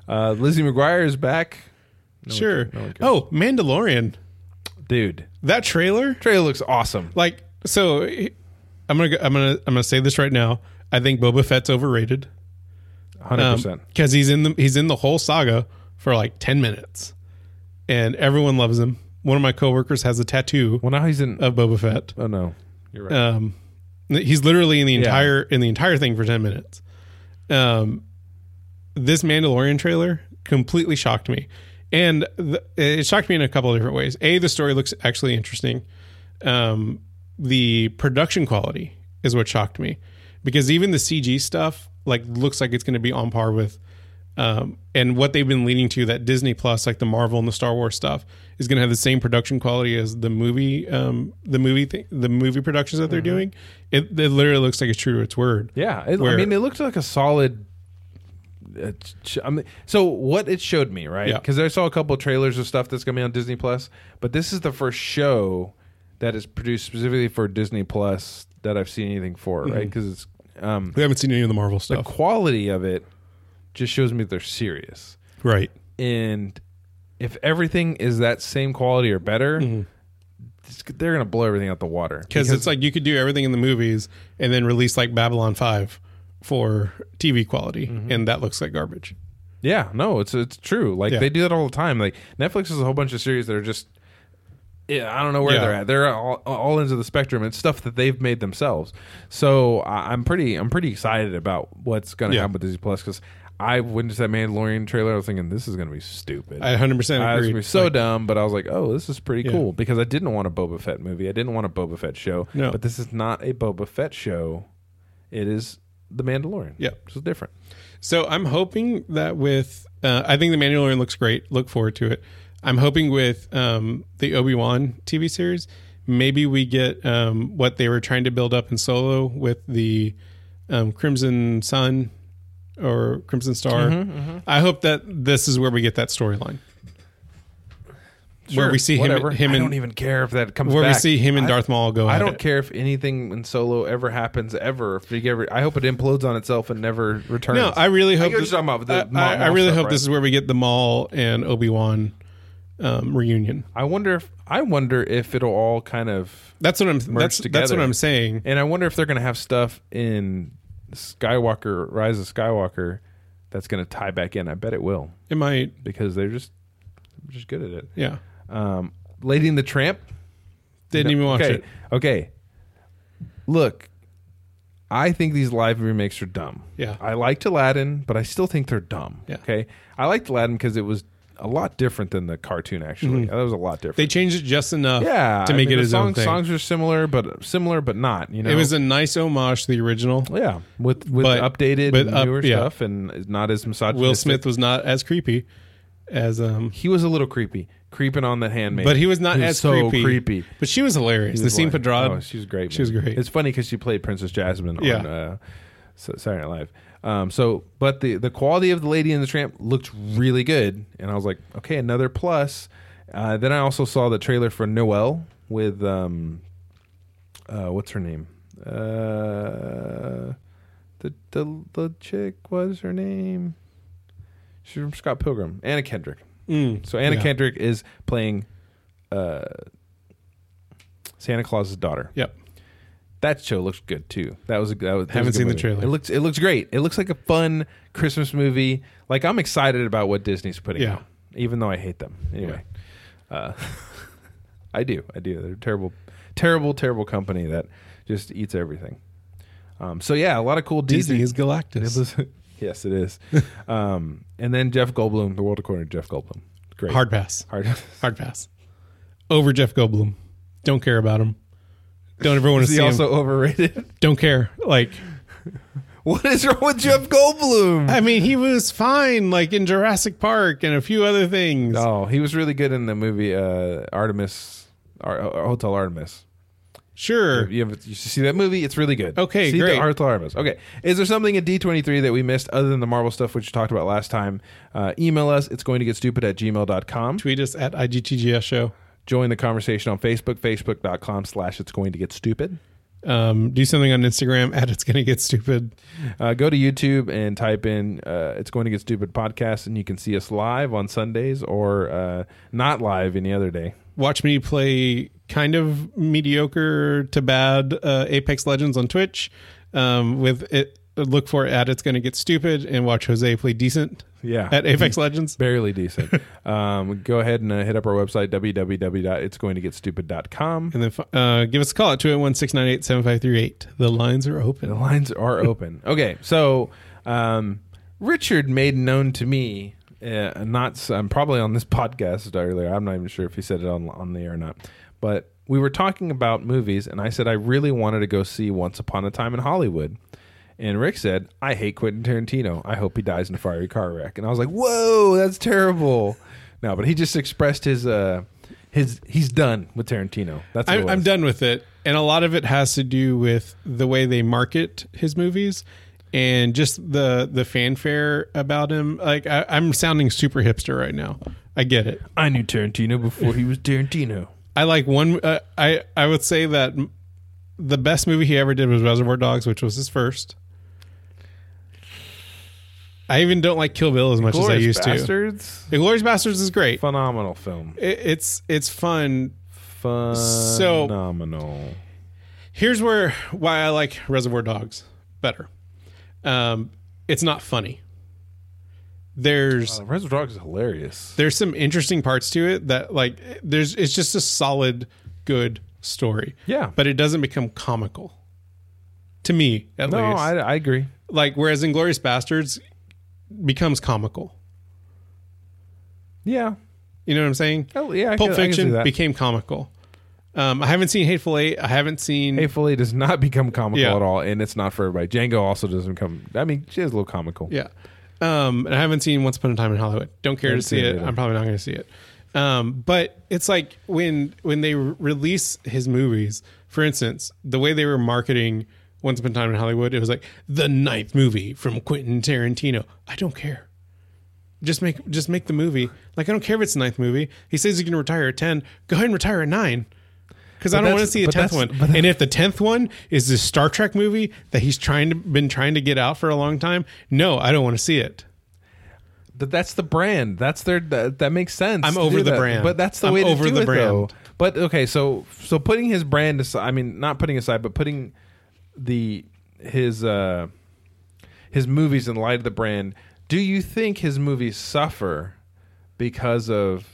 [SPEAKER 1] Uh, Lizzie McGuire is back,
[SPEAKER 2] sure.
[SPEAKER 1] no one cares.
[SPEAKER 2] oh, Mandalorian.
[SPEAKER 1] dude.
[SPEAKER 2] That trailer.
[SPEAKER 1] Trailer looks awesome.
[SPEAKER 2] Like so, I'm gonna go, I'm gonna I'm gonna say this right now. I think Boba Fett's overrated. Um,
[SPEAKER 1] Hundred percent.
[SPEAKER 2] because he's in the he's in the whole saga for like ten minutes, and everyone loves him. One of my coworkers has a tattoo
[SPEAKER 1] Well, now he's in.
[SPEAKER 2] of Boba Fett.
[SPEAKER 1] oh no, you're right.
[SPEAKER 2] Um, he's literally in the entire in the entire thing for ten minutes. Um, this Mandalorian trailer completely shocked me, and th- it shocked me in a couple of different ways. A, the story looks actually interesting. Um, the production quality is what shocked me, because even the CG stuff like looks like it's going to be on par with. Um, and what they've been leading to that Disney Plus, like the Marvel and the Star Wars stuff, is going to have the same production quality as the movie, um, the movie, thing, the movie productions that they're doing. It, it literally looks like it's true to its word.
[SPEAKER 1] yeah, it, I
[SPEAKER 2] where-
[SPEAKER 1] mean, it looked like a solid. uh, ch- I mean, so what it showed me, right?
[SPEAKER 2] Yeah.
[SPEAKER 1] Because I saw a couple of trailers of stuff that's going to be on Disney Plus, but this is the first show that is produced specifically for Disney Plus that I've seen anything for,
[SPEAKER 2] Mm-hmm.
[SPEAKER 1] right? Because it's um,
[SPEAKER 2] We haven't seen any of the Marvel
[SPEAKER 1] the
[SPEAKER 2] stuff,
[SPEAKER 1] quality of it just shows me they're serious.
[SPEAKER 2] right?
[SPEAKER 1] And if everything is that same quality or better,
[SPEAKER 2] Mm-hmm.
[SPEAKER 1] it's- they're going to blow everything out the water.
[SPEAKER 2] Because it's like you could do everything in the movies and then release like Babylon Five for TV quality, and that looks like garbage.
[SPEAKER 1] yeah, no, it's it's true. Like
[SPEAKER 2] Yeah.
[SPEAKER 1] they do that all the time. Like Netflix has a whole bunch of series that are just yeah, I don't know where
[SPEAKER 2] Yeah.
[SPEAKER 1] they're at. They're all, all ends of the spectrum. It's stuff that they've made themselves. So I- I'm pretty I'm pretty excited about what's going to
[SPEAKER 2] Yeah.
[SPEAKER 1] happen with Disney Plus because I witnessed that Mandalorian trailer. I was thinking this is going to be stupid.
[SPEAKER 2] I 100 percent
[SPEAKER 1] I was
[SPEAKER 2] agree.
[SPEAKER 1] gonna be so dumb, but I was like, "Oh, this is pretty cool," because I didn't want a Boba Fett movie. I didn't want a Boba Fett show.
[SPEAKER 2] No.
[SPEAKER 1] But this is not a Boba Fett show. It is The Mandalorian.
[SPEAKER 2] Yeah.
[SPEAKER 1] which is different.
[SPEAKER 2] So I'm hoping that with uh, I think the Mandalorian looks great. Look forward to it. I'm hoping with um, the Obi Wan TV series, maybe we get um, what they were trying to build up in Solo with the um, Crimson Sun or Crimson Star.
[SPEAKER 1] Mm-hmm,
[SPEAKER 2] I hope that this is where we get that storyline. Where we see him-
[SPEAKER 1] whatever.
[SPEAKER 2] him
[SPEAKER 1] I
[SPEAKER 2] and-
[SPEAKER 1] don't even care if that comes.
[SPEAKER 2] Where we
[SPEAKER 1] back.
[SPEAKER 2] see him and
[SPEAKER 1] I-
[SPEAKER 2] Darth Maul go.
[SPEAKER 1] I
[SPEAKER 2] at
[SPEAKER 1] don't
[SPEAKER 2] it.
[SPEAKER 1] care if anything in Solo ever happens ever. If they ever, I hope it implodes on itself and never returns.
[SPEAKER 2] No, I really hope.
[SPEAKER 1] get what
[SPEAKER 2] this-
[SPEAKER 1] you're talking about with the
[SPEAKER 2] I-
[SPEAKER 1] Maul-
[SPEAKER 2] I, I
[SPEAKER 1] Maul
[SPEAKER 2] really
[SPEAKER 1] stuff,
[SPEAKER 2] hope
[SPEAKER 1] right?
[SPEAKER 2] this is where we get the Maul and Obi Wan um, reunion.
[SPEAKER 1] I wonder if I wonder if it'll all kind of
[SPEAKER 2] That's what I'm. That's, that's
[SPEAKER 1] together.
[SPEAKER 2] what I'm saying.
[SPEAKER 1] And I wonder if they're going to have stuff in Skywalker Rise of Skywalker that's going to tie back in. I bet it will
[SPEAKER 2] It might.
[SPEAKER 1] because they're just just good at it.
[SPEAKER 2] Yeah.
[SPEAKER 1] Um, Lady and the Tramp
[SPEAKER 2] Didn't even watch
[SPEAKER 1] okay.
[SPEAKER 2] it.
[SPEAKER 1] Okay. Look, I think these live remakes are dumb.
[SPEAKER 2] Yeah.
[SPEAKER 1] I liked Aladdin, but I still think they're dumb.
[SPEAKER 2] Yeah.
[SPEAKER 1] Okay. I liked Aladdin because it was a lot different than the cartoon. Actually, that was a lot different.
[SPEAKER 2] Mm-hmm. They changed it just enough
[SPEAKER 1] yeah,
[SPEAKER 2] to
[SPEAKER 1] I
[SPEAKER 2] make
[SPEAKER 1] mean,
[SPEAKER 2] it
[SPEAKER 1] the
[SPEAKER 2] his
[SPEAKER 1] songs,
[SPEAKER 2] own thing.
[SPEAKER 1] Songs are similar, but similar, but not. You know,
[SPEAKER 2] It was a nice homage to the original.
[SPEAKER 1] Yeah, with with
[SPEAKER 2] But-
[SPEAKER 1] updated
[SPEAKER 2] but
[SPEAKER 1] and
[SPEAKER 2] up-
[SPEAKER 1] newer
[SPEAKER 2] yeah.
[SPEAKER 1] stuff, and not as misogynistic.
[SPEAKER 2] Will Smith was not as creepy as um
[SPEAKER 1] He was a little creepy, creeping on the handmaid,
[SPEAKER 2] but he was not
[SPEAKER 1] He
[SPEAKER 2] as
[SPEAKER 1] so
[SPEAKER 2] creepy.
[SPEAKER 1] creepy.
[SPEAKER 2] But she was
[SPEAKER 1] He
[SPEAKER 2] hilarious. the
[SPEAKER 1] was
[SPEAKER 2] scene
[SPEAKER 1] like-
[SPEAKER 2] Pedrad.
[SPEAKER 1] oh, she was great.
[SPEAKER 2] She was
[SPEAKER 1] man.
[SPEAKER 2] great.
[SPEAKER 1] It's funny because she played Princess Jasmine
[SPEAKER 2] Yeah.
[SPEAKER 1] on uh, S- Saturday Night Live. Um, so, but the the quality of the Lady and the Tramp looked really good, and I was like, okay, another plus. Uh, then I also saw the trailer for Noelle with um, uh, what's her name? Uh, the the the chick was her name. She's from Scott Pilgrim. Anna Kendrick. So Anna
[SPEAKER 2] Yeah.
[SPEAKER 1] Kendrick is playing uh, Santa Claus's daughter.
[SPEAKER 2] Yep.
[SPEAKER 1] That show looks good too. That was a that was, that was a
[SPEAKER 2] Haven't
[SPEAKER 1] good
[SPEAKER 2] seen the
[SPEAKER 1] movie.
[SPEAKER 2] trailer.
[SPEAKER 1] It looks it looks great. It looks like a fun Christmas movie. Like I'm excited about what Disney's putting
[SPEAKER 2] Yeah.
[SPEAKER 1] out, even though I hate them. Anyway, uh, [LAUGHS] I do. I do. They're a terrible, terrible, terrible company that just eats everything. Um, so yeah, a lot of cool
[SPEAKER 2] Disney
[SPEAKER 1] [LAUGHS] Disney
[SPEAKER 2] is Galactus.
[SPEAKER 1] yes, it is. um, and then Jeff Goldblum, The World According to Jeff Goldblum. Great.
[SPEAKER 2] Hard pass.
[SPEAKER 1] Hard.
[SPEAKER 2] Hard pass. Over Jeff Goldblum. Don't care about him. Don't ever want
[SPEAKER 1] Is
[SPEAKER 2] to
[SPEAKER 1] he
[SPEAKER 2] see
[SPEAKER 1] also
[SPEAKER 2] him.
[SPEAKER 1] overrated? [LAUGHS]
[SPEAKER 2] Don't care. Like,
[SPEAKER 1] what is wrong with Jeff Goldblum?
[SPEAKER 2] I mean, he was fine, like in Jurassic Park and a few other things.
[SPEAKER 1] Oh, he was really good in the movie uh, Artemis, Ar- uh, Hotel Artemis.
[SPEAKER 2] Sure.
[SPEAKER 1] You, have, you should see that movie? It's really good.
[SPEAKER 2] Okay,
[SPEAKER 1] see
[SPEAKER 2] great.
[SPEAKER 1] The Hotel Artemis. Okay. Is there something at D23 that we missed other than the Marvel stuff, which you talked about last time? Uh, email us. It's going to get stupid at gmail.com.
[SPEAKER 2] Tweet us at IGTGS show.
[SPEAKER 1] Join the conversation on Facebook, facebook.com slash it's going to get stupid.
[SPEAKER 2] Um, do something on Instagram at it's gonna get stupid.
[SPEAKER 1] Uh, go to YouTube and type in uh, "It's Going to Get Stupid" podcast, and you can see us live on Sundays or uh, not live any other day.
[SPEAKER 2] Watch me play kind of mediocre to bad uh, Apex Legends on Twitch. Um, with it, look for it at it's gonna get stupid and watch Jose play decent
[SPEAKER 1] Yeah,
[SPEAKER 2] at Apex Legends.
[SPEAKER 1] barely decent. um, go ahead and uh, hit up our website www.itsgoingtogetstupid.com.
[SPEAKER 2] And then uh, give us a call at 281 698 7538. The lines are
[SPEAKER 1] The
[SPEAKER 2] open.
[SPEAKER 1] lines are open. Okay, so um, Richard made known to me. Uh, not I'm probably on this [LAUGHS] podcast earlier. I'm not even sure if he said it on on the air or not, but we were talking about movies, and I said I really wanted to go see Once Upon a Time in Hollywood, and Rick said I hate Quentin Tarantino. I hope he dies in a fiery car wreck, and I was like, whoa, that's terrible. No, but he just expressed his uh his he's done with Tarantino. That's what it
[SPEAKER 2] I'm, I'm
[SPEAKER 1] was.
[SPEAKER 2] done with it. And a lot of it has to do with the way they market his movies and just the the fanfare about him. Like, I, I'm sounding super hipster right now. I get it.
[SPEAKER 1] I knew Tarantino before he was Tarantino.
[SPEAKER 2] I like one. Uh, I, I would say that m- the best movie he ever did was Reservoir Dogs, which was his first. I even don't like Kill Bill as much as I
[SPEAKER 1] Glorious
[SPEAKER 2] used
[SPEAKER 1] Bastards.
[SPEAKER 2] to. Glorious Bastards is great.
[SPEAKER 1] Phenomenal film.
[SPEAKER 2] It, it's it's fun. So-
[SPEAKER 1] Phenomenal.
[SPEAKER 2] here's where why I like Reservoir Dogs better. Um, it's not funny. There's
[SPEAKER 1] So, Reservoir Dogs is hilarious.
[SPEAKER 2] there's some interesting parts to it that like there's it's just a solid good story.
[SPEAKER 1] Yeah.
[SPEAKER 2] but it doesn't become comical. To me, at
[SPEAKER 1] No,
[SPEAKER 2] least,
[SPEAKER 1] I, I agree.
[SPEAKER 2] like whereas Inglorious Bastards becomes comical.
[SPEAKER 1] Yeah.
[SPEAKER 2] You know what I'm saying?
[SPEAKER 1] Oh, yeah, I
[SPEAKER 2] Pulp
[SPEAKER 1] can- I can see
[SPEAKER 2] Fiction
[SPEAKER 1] that.
[SPEAKER 2] became comical. Um, I haven't seen Hateful Eight. I haven't seen
[SPEAKER 1] Hateful Eight does not become comical
[SPEAKER 2] Yeah.
[SPEAKER 1] at all, and it's not for everybody. Django also doesn't come. I mean, she is a little comical.
[SPEAKER 2] Yeah. Um, and I haven't seen Once Upon a Time in Hollywood. Don't care to see
[SPEAKER 1] seen
[SPEAKER 2] it.
[SPEAKER 1] it either.
[SPEAKER 2] I'm probably not going to see it. Um, but it's like when when they re- release his movies, for instance, the way they were marketing Once Upon a Time in Hollywood, it was like the ninth movie from Quentin Tarantino. I don't care. Just make just make the movie. Like I don't care if it's the ninth movie. He says he's going to retire at ten. Go ahead and retire at nine. Because I don't
[SPEAKER 1] that's-
[SPEAKER 2] want to see a
[SPEAKER 1] but
[SPEAKER 2] tenth one.
[SPEAKER 1] that's- but-
[SPEAKER 2] and if the tenth one is this Star Trek movie that he's trying to been trying to get out for a long time, no, I don't want to see it.
[SPEAKER 1] But that's the brand. That's their. That, that makes sense.
[SPEAKER 2] I'm
[SPEAKER 1] to
[SPEAKER 2] over
[SPEAKER 1] do
[SPEAKER 2] the
[SPEAKER 1] that.
[SPEAKER 2] brand.
[SPEAKER 1] But that's the
[SPEAKER 2] I'm
[SPEAKER 1] way to
[SPEAKER 2] over
[SPEAKER 1] do
[SPEAKER 2] the
[SPEAKER 1] it, though.
[SPEAKER 2] brand.
[SPEAKER 1] But okay, so so putting his brand aside. I mean, not putting aside, but putting the his uh his movies in light of the brand. Do you think his movies suffer because of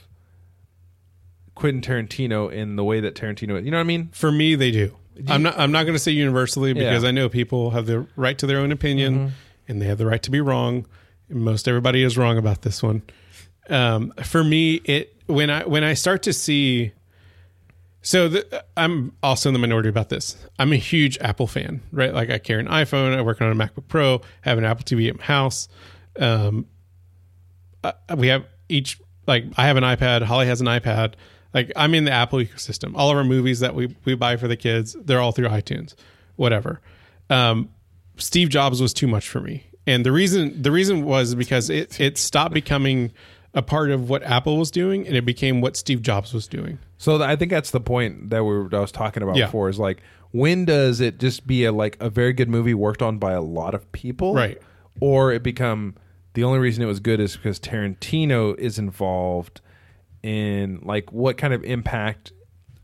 [SPEAKER 1] Quentin Tarantino in the way that Tarantino? You know what I mean?
[SPEAKER 2] For me, they do. I'm not I'm not going to say universally because
[SPEAKER 1] Yeah.
[SPEAKER 2] I know people have the right to their own opinion and they have the right to be wrong. And most everybody is wrong about this one. Um, for me, it when I when I start to see So the, I'm also in the minority about this. I'm a huge Apple fan, right? Like I carry an iPhone, I work on a MacBook Pro, I have an Apple TV at my house. Um, I, we have each like I have an iPad, Holly has an iPad. Like I'm in the Apple ecosystem. All of our movies that we we buy for the kids, they're all through iTunes, whatever. Um, Steve Jobs was too much for me, and the reason the reason was because it it stopped becoming a part of what Apple was doing, and it became what Steve Jobs was doing.
[SPEAKER 1] So th- I think that's the point that we were, I was talking about
[SPEAKER 2] Yeah.
[SPEAKER 1] before is like when does it just be a like a very good movie worked on by a lot of people,
[SPEAKER 2] Right.
[SPEAKER 1] Or it become The only reason it was good is because Tarantino is involved in like what kind of impact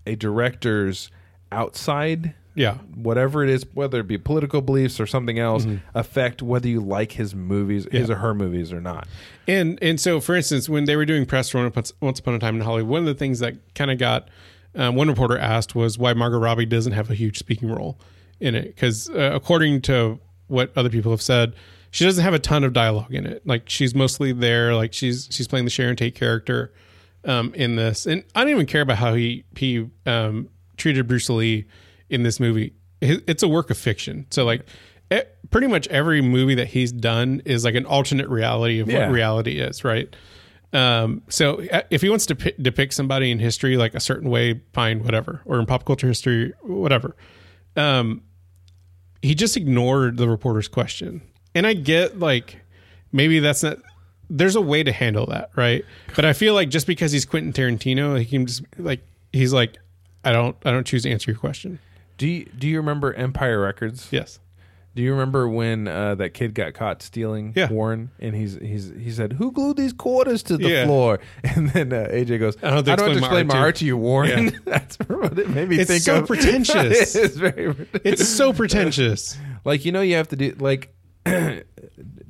[SPEAKER 1] a director's outside
[SPEAKER 2] Yeah.
[SPEAKER 1] whatever it is, whether it be political beliefs or something else,
[SPEAKER 2] Mm-hmm.
[SPEAKER 1] affect whether you like his movies, his or her movies or not.
[SPEAKER 2] And and so, for instance, when they were doing press for Once Once Upon a Time in Hollywood, one of the things that kind of got um, one reporter asked was why Margot Robbie doesn't have a huge speaking role in it, because uh, according to what other people have said, she doesn't have a ton of dialogue in it. Like she's mostly there, like she's she's playing the Sharon Tate character um, in this, and I don't even care about how he he um, treated Bruce Lee in this movie. Hi- It's a work of fiction, so like. e pretty much every movie that he's done is like an alternate reality of
[SPEAKER 1] Yeah.
[SPEAKER 2] what reality is, right? Um, so uh, if he wants to p- depict somebody in history like a certain way, fine, whatever, or in pop culture history, whatever. Um, he just ignored the reporter's question, and I get like maybe that's not. There's a way to handle that, right? But I feel like just because he's Quentin Tarantino, he can just like he's like, I don't, I don't choose to answer your question.
[SPEAKER 1] Do you, do you remember Empire Records?
[SPEAKER 2] Yes,
[SPEAKER 1] Do you remember when uh, that kid got caught stealing
[SPEAKER 2] Yeah.
[SPEAKER 1] Warren and he's he's he said, "Who glued these quarters to the
[SPEAKER 2] Yeah.
[SPEAKER 1] floor?" [LAUGHS] And then uh, AJ goes, "I
[SPEAKER 2] don't have
[SPEAKER 1] don't
[SPEAKER 2] to
[SPEAKER 1] have to
[SPEAKER 2] explain my
[SPEAKER 1] explain
[SPEAKER 2] art
[SPEAKER 1] my art to
[SPEAKER 2] to you."
[SPEAKER 1] you, Warren." [LAUGHS] That's what it made me
[SPEAKER 2] It's
[SPEAKER 1] think
[SPEAKER 2] so
[SPEAKER 1] of. [LAUGHS]
[SPEAKER 2] pretentious.
[SPEAKER 1] it is very pretentious.
[SPEAKER 2] it's so pretentious.
[SPEAKER 1] Like you know, you have to do like [CLEARS THROAT]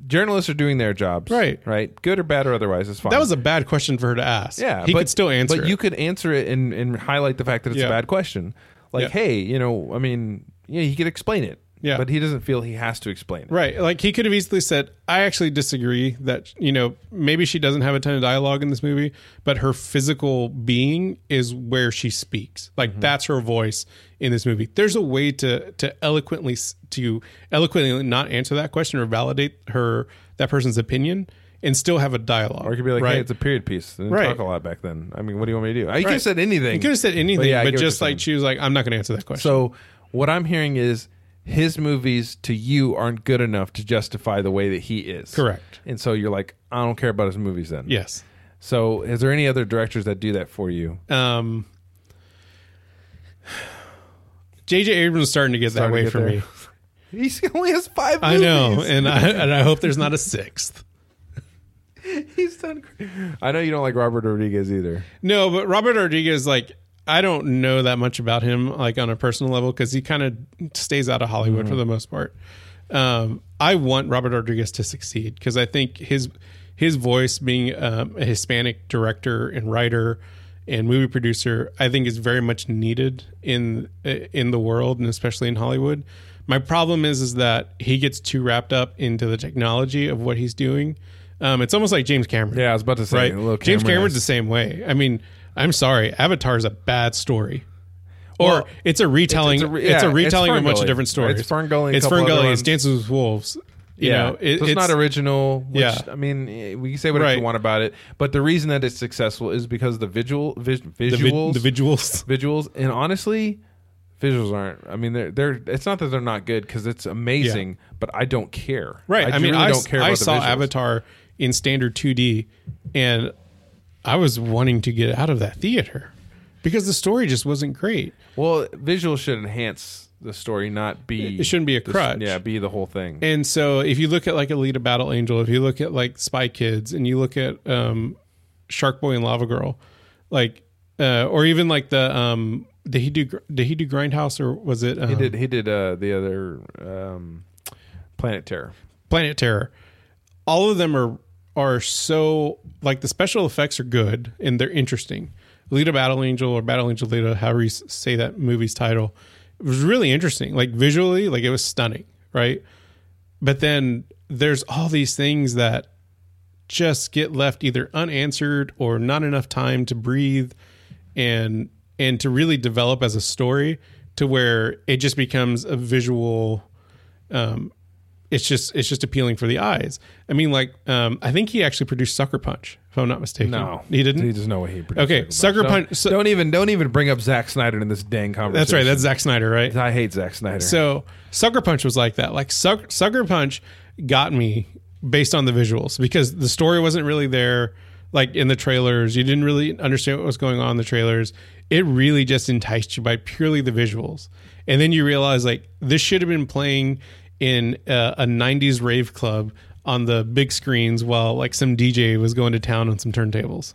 [SPEAKER 1] journalists are doing their jobs,
[SPEAKER 2] Right.
[SPEAKER 1] Right, good or bad or otherwise, it's fine.
[SPEAKER 2] That was a bad question for her to ask.
[SPEAKER 1] Yeah,
[SPEAKER 2] he
[SPEAKER 1] but,
[SPEAKER 2] could still answer.
[SPEAKER 1] But
[SPEAKER 2] it.
[SPEAKER 1] you could answer it and, and highlight the fact that it's a
[SPEAKER 2] Yeah.
[SPEAKER 1] bad question. Like,
[SPEAKER 2] Yeah.
[SPEAKER 1] hey, you know, I mean, yeah, he could explain it.
[SPEAKER 2] Yeah.
[SPEAKER 1] But he doesn't feel he has to explain it.
[SPEAKER 2] Right. Like he could have easily said, I actually disagree that, you know, maybe she doesn't have a ton of dialogue in this movie, but her physical being is where she speaks. Like
[SPEAKER 1] Mm-hmm.
[SPEAKER 2] that's her voice in this movie. There's a way to to eloquently s- to eloquently not answer that question or validate her that person's opinion and still have a dialogue.
[SPEAKER 1] Or it could be like,
[SPEAKER 2] right?
[SPEAKER 1] hey, it's a period piece. They didn't
[SPEAKER 2] Right.
[SPEAKER 1] talk a lot back then. I mean, what do you want me to do? I could have said anything.
[SPEAKER 2] you could have said anything,
[SPEAKER 1] yeah, I
[SPEAKER 2] but
[SPEAKER 1] get what
[SPEAKER 2] just
[SPEAKER 1] you're
[SPEAKER 2] like she was like, I'm not going to answer that question.
[SPEAKER 1] so what I'm hearing is his movies to you aren't good enough to justify the way that he is.
[SPEAKER 2] Correct.
[SPEAKER 1] And so you're like, I don't care about his movies then.
[SPEAKER 2] yes.
[SPEAKER 1] So is there any other directors that do that for you?
[SPEAKER 2] um JJ Abrams is starting to get
[SPEAKER 1] Starting
[SPEAKER 2] that
[SPEAKER 1] to
[SPEAKER 2] way
[SPEAKER 1] get
[SPEAKER 2] for
[SPEAKER 1] there.
[SPEAKER 2] me.
[SPEAKER 1] He only has five
[SPEAKER 2] I
[SPEAKER 1] movies.
[SPEAKER 2] know, and I and I hope there's not a sixth.
[SPEAKER 1] He's done great. [LAUGHS] I know you don't like Robert Rodriguez either.
[SPEAKER 2] No, but Robert Rodriguez, like I don't know that much about him, like on a personal level, because he kind of stays out of Hollywood for the most part. Um, I want Robert Rodriguez to succeed because I think his his voice, being um, a Hispanic director and writer and movie producer, I think is very much needed in uh, in the world and especially in Hollywood. My problem is is that he gets too wrapped up into the technology of what he's doing. Um, it's almost like James Cameron.
[SPEAKER 1] Yeah, I was about to say.
[SPEAKER 2] Right.
[SPEAKER 1] little
[SPEAKER 2] James
[SPEAKER 1] Cameron
[SPEAKER 2] Cameron's
[SPEAKER 1] is-
[SPEAKER 2] the same way. I mean, I'm sorry. Avatar is a bad story. Or it's a retelling.
[SPEAKER 1] it's
[SPEAKER 2] It's a,
[SPEAKER 1] a re- yeah, it's
[SPEAKER 2] retelling of a bunch
[SPEAKER 1] Ferngully.
[SPEAKER 2] of different stories.
[SPEAKER 1] It's Ferngully, a
[SPEAKER 2] It's
[SPEAKER 1] couple other
[SPEAKER 2] Ferngully.
[SPEAKER 1] ones.
[SPEAKER 2] It's Dances with Wolves. You
[SPEAKER 1] yeah,
[SPEAKER 2] know, it-
[SPEAKER 1] so it's, not original. Which,
[SPEAKER 2] Yeah.
[SPEAKER 1] I mean, eh, we can say whatever you
[SPEAKER 2] Right.
[SPEAKER 1] want about it, but the reason that it's successful is because the visual, vis,
[SPEAKER 2] the, vi-
[SPEAKER 1] visuals, [LAUGHS]
[SPEAKER 2] the visuals.
[SPEAKER 1] visuals, and honestly, visuals aren't. I mean, they're they're. It's not that they're not good because it's amazing, but I don't care.
[SPEAKER 2] Right. I, mean,
[SPEAKER 1] really
[SPEAKER 2] I,
[SPEAKER 1] don't care.
[SPEAKER 2] I
[SPEAKER 1] about
[SPEAKER 2] saw
[SPEAKER 1] the visuals.
[SPEAKER 2] Avatar in standard 2D, and I was wanting to get out of that theater because the story just wasn't great.
[SPEAKER 1] Well, visuals should enhance the story, not be.
[SPEAKER 2] It shouldn't be a
[SPEAKER 1] the-
[SPEAKER 2] crutch.
[SPEAKER 1] yeah, be the whole thing.
[SPEAKER 2] And so if you look at like Elite Battle Angel, if you look at like Spy Kids and you look at um Shark Boy and Lava Girl, like uh or even like the um did he do gr- did he do Grindhouse or was it um,
[SPEAKER 1] he did. He did uh, the other um, Planet Terror.
[SPEAKER 2] Planet Terror? All of them are are so like the special effects are good and they're interesting. Elite Battle Angel or Battle Angel Lita, however you s- say that movie's title, it was really interesting. Like visually, like it was stunning, right? but then there's all these things that just get left either unanswered or not enough time to breathe and and to really develop as a story to where it just becomes a visual um it's just it's just appealing for the eyes i mean like um i think he actually produced sucker punch if i'm not mistaken
[SPEAKER 1] No,
[SPEAKER 2] he didn't
[SPEAKER 1] He doesn't know what he produced.
[SPEAKER 2] Okay, Sucker
[SPEAKER 1] Don't-
[SPEAKER 2] Punch-
[SPEAKER 1] Don't,
[SPEAKER 2] so-
[SPEAKER 1] even don't even bring up Zack Snyder in this dang conversation.
[SPEAKER 2] that's right that's Zack snyder right
[SPEAKER 1] I hate Zack Snyder.
[SPEAKER 2] So Sucker Punch was like that. Like Suck, Sucker Punch got me based on the visuals because the story wasn't really there. Like in the trailers, you didn't really understand what was going on in the trailers. It really just enticed you by purely the visuals, and then you realize like this should have been playing in a, a '90s rave club on the big screens while like some DJ was going to town on some turntables.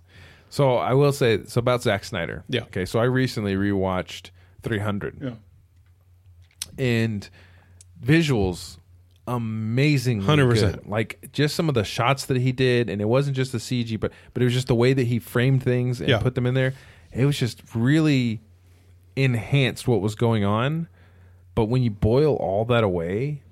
[SPEAKER 1] So I will say so about Zack Snyder.
[SPEAKER 2] Yeah.
[SPEAKER 1] Okay. So I recently rewatched 300.
[SPEAKER 2] Yeah.
[SPEAKER 1] And visuals amazingly
[SPEAKER 2] 100%.
[SPEAKER 1] good. Like just some of the shots that he did and it wasn't just the CG but but it was just the way that he framed things and
[SPEAKER 2] Yeah.
[SPEAKER 1] put them in there. It was just really enhanced what was going on. But when you boil all that away,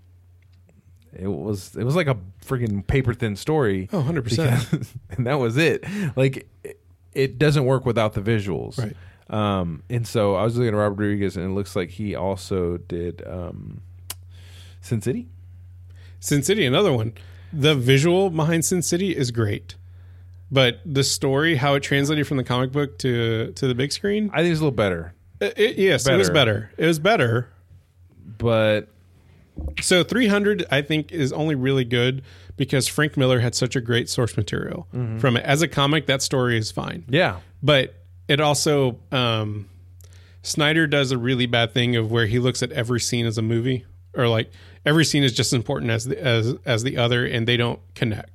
[SPEAKER 1] it was it was like a freaking paper thin story.
[SPEAKER 2] Oh, 100%.
[SPEAKER 1] Because- [LAUGHS] and that was it. Like it, it doesn't work without the visuals.
[SPEAKER 2] Right.
[SPEAKER 1] Um, and so I was looking at Robert Rodriguez, and it looks like he also did um, Sin City.
[SPEAKER 2] Sin City, another one. The visual behind Sin City is great, but the story, how it translated from the comic book to to the big screen,
[SPEAKER 1] I think it's a little better,
[SPEAKER 2] it, it- yes, it was
[SPEAKER 1] Better.
[SPEAKER 2] better. It was better.
[SPEAKER 1] but
[SPEAKER 2] So 300, I think, is only really good because Frank Miller had such a great source material from it. As a comic, that story is fine.
[SPEAKER 1] yeah,
[SPEAKER 2] but it also um, Snyder does a really bad thing of where he looks at every scene as a movie, or like every scene is just as important as the, as as the other, and they don't connect,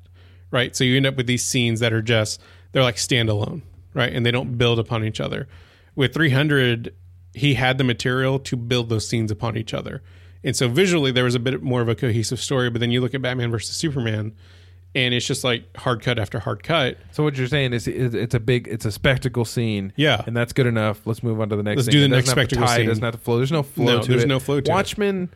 [SPEAKER 2] right? So you end up with these scenes that are just they're like standalone, right? And they don't build upon each other. With 300, he had the material to build those scenes upon each other, and so visually there was a bit more of a cohesive story. But then you look at Batman versus Superman, and it's just like hard cut after hard cut.
[SPEAKER 1] So what you're saying is it- it's a big, it's a spectacle scene.
[SPEAKER 2] Yeah.
[SPEAKER 1] and that's good enough. Let's move on to the next.
[SPEAKER 2] Let's
[SPEAKER 1] thing.
[SPEAKER 2] do the
[SPEAKER 1] It doesn't
[SPEAKER 2] next
[SPEAKER 1] have to
[SPEAKER 2] spectacle
[SPEAKER 1] tie, It
[SPEAKER 2] scene.
[SPEAKER 1] doesn't have to flow. There's no flow.
[SPEAKER 2] No,
[SPEAKER 1] to
[SPEAKER 2] there's
[SPEAKER 1] it.
[SPEAKER 2] no flow to it.
[SPEAKER 1] Watchmen,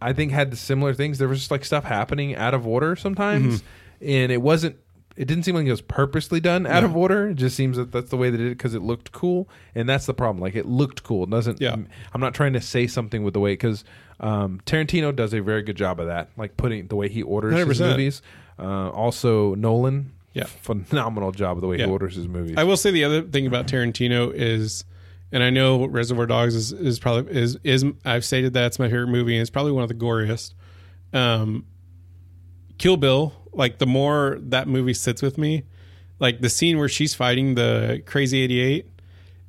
[SPEAKER 1] I think had the similar things. There was just like stuff happening out of order sometimes,
[SPEAKER 2] Mm-hmm.
[SPEAKER 1] and it wasn't. It didn't seem like it was purposely done out of order. It just seems that that's the way they did it because it looked cool, and that's the problem. Like it looked cool. It doesn't.
[SPEAKER 2] Yeah.
[SPEAKER 1] I'm not trying to say something with the way because um, Tarantino does a very good job of that, like putting the way he orders his
[SPEAKER 2] 100%.
[SPEAKER 1] movies. Uh, also, Nolan.
[SPEAKER 2] Yeah.
[SPEAKER 1] Phenomenal job of the way
[SPEAKER 2] Yeah.
[SPEAKER 1] he orders his movies.
[SPEAKER 2] [LAUGHS] I will say the other thing about Tarantino is, and I know Reservoir Dogs is, is probably is is I've stated that it's my favorite movie and it's probably one of the goriest. Um, Kill Bill, like the more that movie sits with me, like the scene where she's fighting the crazy eighty eight,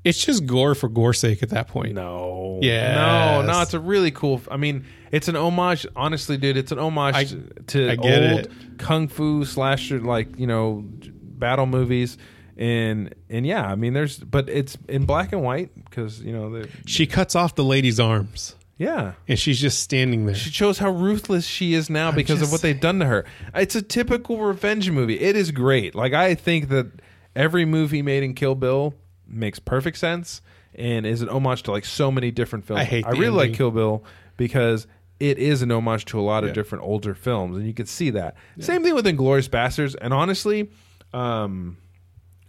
[SPEAKER 2] it's just gore for gore's sake at that point.
[SPEAKER 1] no.
[SPEAKER 2] Yes.
[SPEAKER 1] No, no, it's a really cool. I mean, it's an homage. Honestly, dude, it's an homage
[SPEAKER 2] I-
[SPEAKER 1] to
[SPEAKER 2] I get
[SPEAKER 1] old
[SPEAKER 2] it.
[SPEAKER 1] kung fu slasher, like, you know, j- battle movies. And and yeah, I mean, there's, but it's in black and white because, you know, the,
[SPEAKER 2] She cuts off the lady's arms
[SPEAKER 1] yeah.
[SPEAKER 2] and she's just standing there.
[SPEAKER 1] She shows how ruthless she is now because of
[SPEAKER 2] just
[SPEAKER 1] what they've done to her. It's a typical revenge movie. It is great. Like I think that every movie made in Kill Bill makes perfect sense and is an homage to like so many different films.
[SPEAKER 2] I hate
[SPEAKER 1] I
[SPEAKER 2] the
[SPEAKER 1] really like
[SPEAKER 2] ending.
[SPEAKER 1] Kill Bill because it is an homage to a lot of
[SPEAKER 2] Yeah.
[SPEAKER 1] different older films, and you can see that. Same thing with Inglorious Bastards, and honestly, um,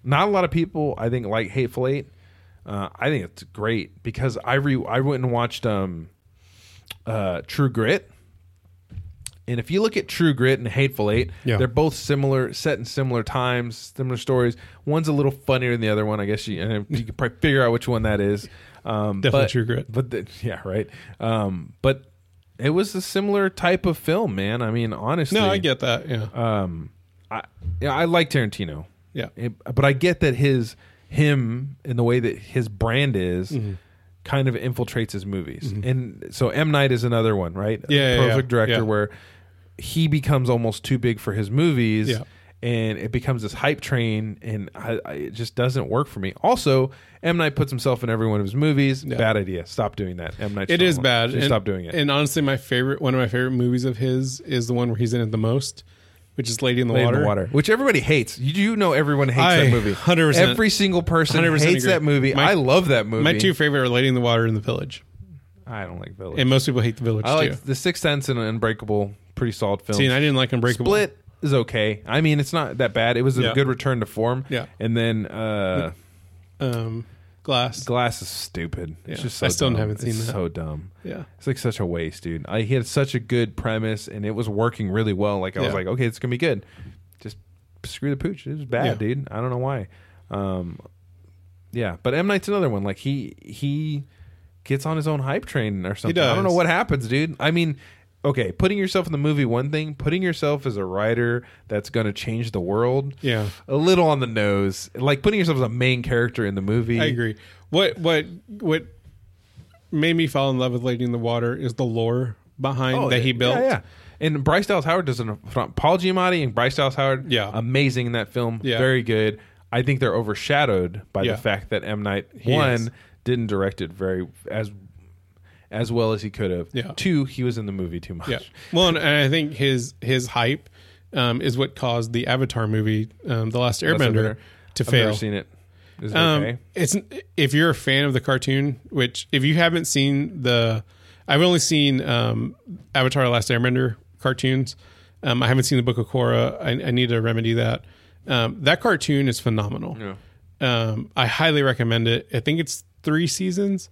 [SPEAKER 1] not a lot of people I think like Hateful Eight. Uh, I think it's great because I re I went and watched um, uh, True Grit. And if you look at True Grit and Hateful Eight,
[SPEAKER 2] Yeah.
[SPEAKER 1] they're both similar, set in similar times, similar stories. One's a little funnier than the other one, I guess. You and you can probably figure out which one that is. Um,
[SPEAKER 2] Definitely
[SPEAKER 1] but-
[SPEAKER 2] True Grit.
[SPEAKER 1] but the, yeah, right. Um, but it was a similar type of film, man. I mean, honestly,
[SPEAKER 2] no, I get that. Yeah,
[SPEAKER 1] Um, I yeah, I like Tarantino.
[SPEAKER 2] yeah.
[SPEAKER 1] It- but I get that his him and the way that his brand is
[SPEAKER 2] Mm-hmm.
[SPEAKER 1] kind of infiltrates his movies. And so M Night is another one, right? A
[SPEAKER 2] Yeah, yeah,
[SPEAKER 1] perfect
[SPEAKER 2] yeah.
[SPEAKER 1] director
[SPEAKER 2] Yeah.
[SPEAKER 1] where he becomes almost too big for his movies.
[SPEAKER 2] Yeah.
[SPEAKER 1] And it becomes this hype train, and I, I, it just doesn't work for me. Also, M Night puts himself in every one of his movies. Bad idea. Stop doing that. M Night.
[SPEAKER 2] It is bad.
[SPEAKER 1] Just
[SPEAKER 2] and-
[SPEAKER 1] stop doing it.
[SPEAKER 2] And honestly, my favorite, one of my favorite movies of his is the one where he's in it the most, which is Lady in the,
[SPEAKER 1] Lady in
[SPEAKER 2] water.
[SPEAKER 1] the Water, which everybody hates. You do know everyone hates
[SPEAKER 2] I
[SPEAKER 1] that movie.
[SPEAKER 2] 100%
[SPEAKER 1] Every single person
[SPEAKER 2] 100%
[SPEAKER 1] hates
[SPEAKER 2] agree.
[SPEAKER 1] that movie.
[SPEAKER 2] My-
[SPEAKER 1] I love that movie.
[SPEAKER 2] My two favorite are Lady in the Water and The Village.
[SPEAKER 1] I don't like Village.
[SPEAKER 2] And most people hate The Village
[SPEAKER 1] I
[SPEAKER 2] too.
[SPEAKER 1] like The Sixth Sense and Unbreakable. Pretty solid film.
[SPEAKER 2] See, and I didn't like Unbreakable.
[SPEAKER 1] Split is okay. I mean, it's not that bad. It was a
[SPEAKER 2] Yeah.
[SPEAKER 1] good return to form.
[SPEAKER 2] Yeah.
[SPEAKER 1] And then uh,
[SPEAKER 2] Um, Glass.
[SPEAKER 1] Glass is stupid. It's
[SPEAKER 2] Yeah.
[SPEAKER 1] just so
[SPEAKER 2] I still
[SPEAKER 1] dumb.
[SPEAKER 2] haven't seen
[SPEAKER 1] It's
[SPEAKER 2] that.
[SPEAKER 1] So dumb.
[SPEAKER 2] yeah.
[SPEAKER 1] It's like such a waste, dude. I, he had such a good premise, and it was working really well. Like I was
[SPEAKER 2] Yeah.
[SPEAKER 1] like, okay, it's gonna be good. Just screw the pooch. It was bad,
[SPEAKER 2] Yeah.
[SPEAKER 1] dude. I don't know why. Um, yeah, but M Night's another one. Like he he gets on his own hype train or something. I don't know
[SPEAKER 2] does.
[SPEAKER 1] what happens, dude. I mean. Okay, putting yourself in the movie one thing, putting yourself as a writer that's going to change the world
[SPEAKER 2] Yeah.
[SPEAKER 1] a little on the nose. Like putting yourself as a main character in the movie.
[SPEAKER 2] I agree. What, what, what made me fall in love with Lady in the Water is the lore behind
[SPEAKER 1] Oh,
[SPEAKER 2] that he
[SPEAKER 1] yeah,
[SPEAKER 2] built.
[SPEAKER 1] yeah. And Bryce Dallas Howard does an Paul Giamatti and Bryce Dallas Howard,
[SPEAKER 2] Yeah.
[SPEAKER 1] amazing in that film,
[SPEAKER 2] Yeah.
[SPEAKER 1] very good. I think they're overshadowed by
[SPEAKER 2] Yeah.
[SPEAKER 1] the fact that M Night one
[SPEAKER 2] is.
[SPEAKER 1] didn't direct it very as as well as he could have.
[SPEAKER 2] Yeah.
[SPEAKER 1] Two, he was in the movie too much.
[SPEAKER 2] Yeah. Well, and, and I think his his hype um, is what caused the Avatar movie, um, The Last
[SPEAKER 1] Last
[SPEAKER 2] Airbender,
[SPEAKER 1] Airbender.
[SPEAKER 2] to
[SPEAKER 1] I've
[SPEAKER 2] fail.
[SPEAKER 1] never seen it. Is it
[SPEAKER 2] Um,
[SPEAKER 1] okay?
[SPEAKER 2] It's if you're a fan of the cartoon, which if you haven't seen the, I've only seen um, Avatar: The Last Airbender cartoons. Um, I haven't seen the Book of Korra. I, I need to remedy that. Um, that cartoon is phenomenal.
[SPEAKER 1] Yeah.
[SPEAKER 2] Um, I highly recommend it. I think it's three seasons,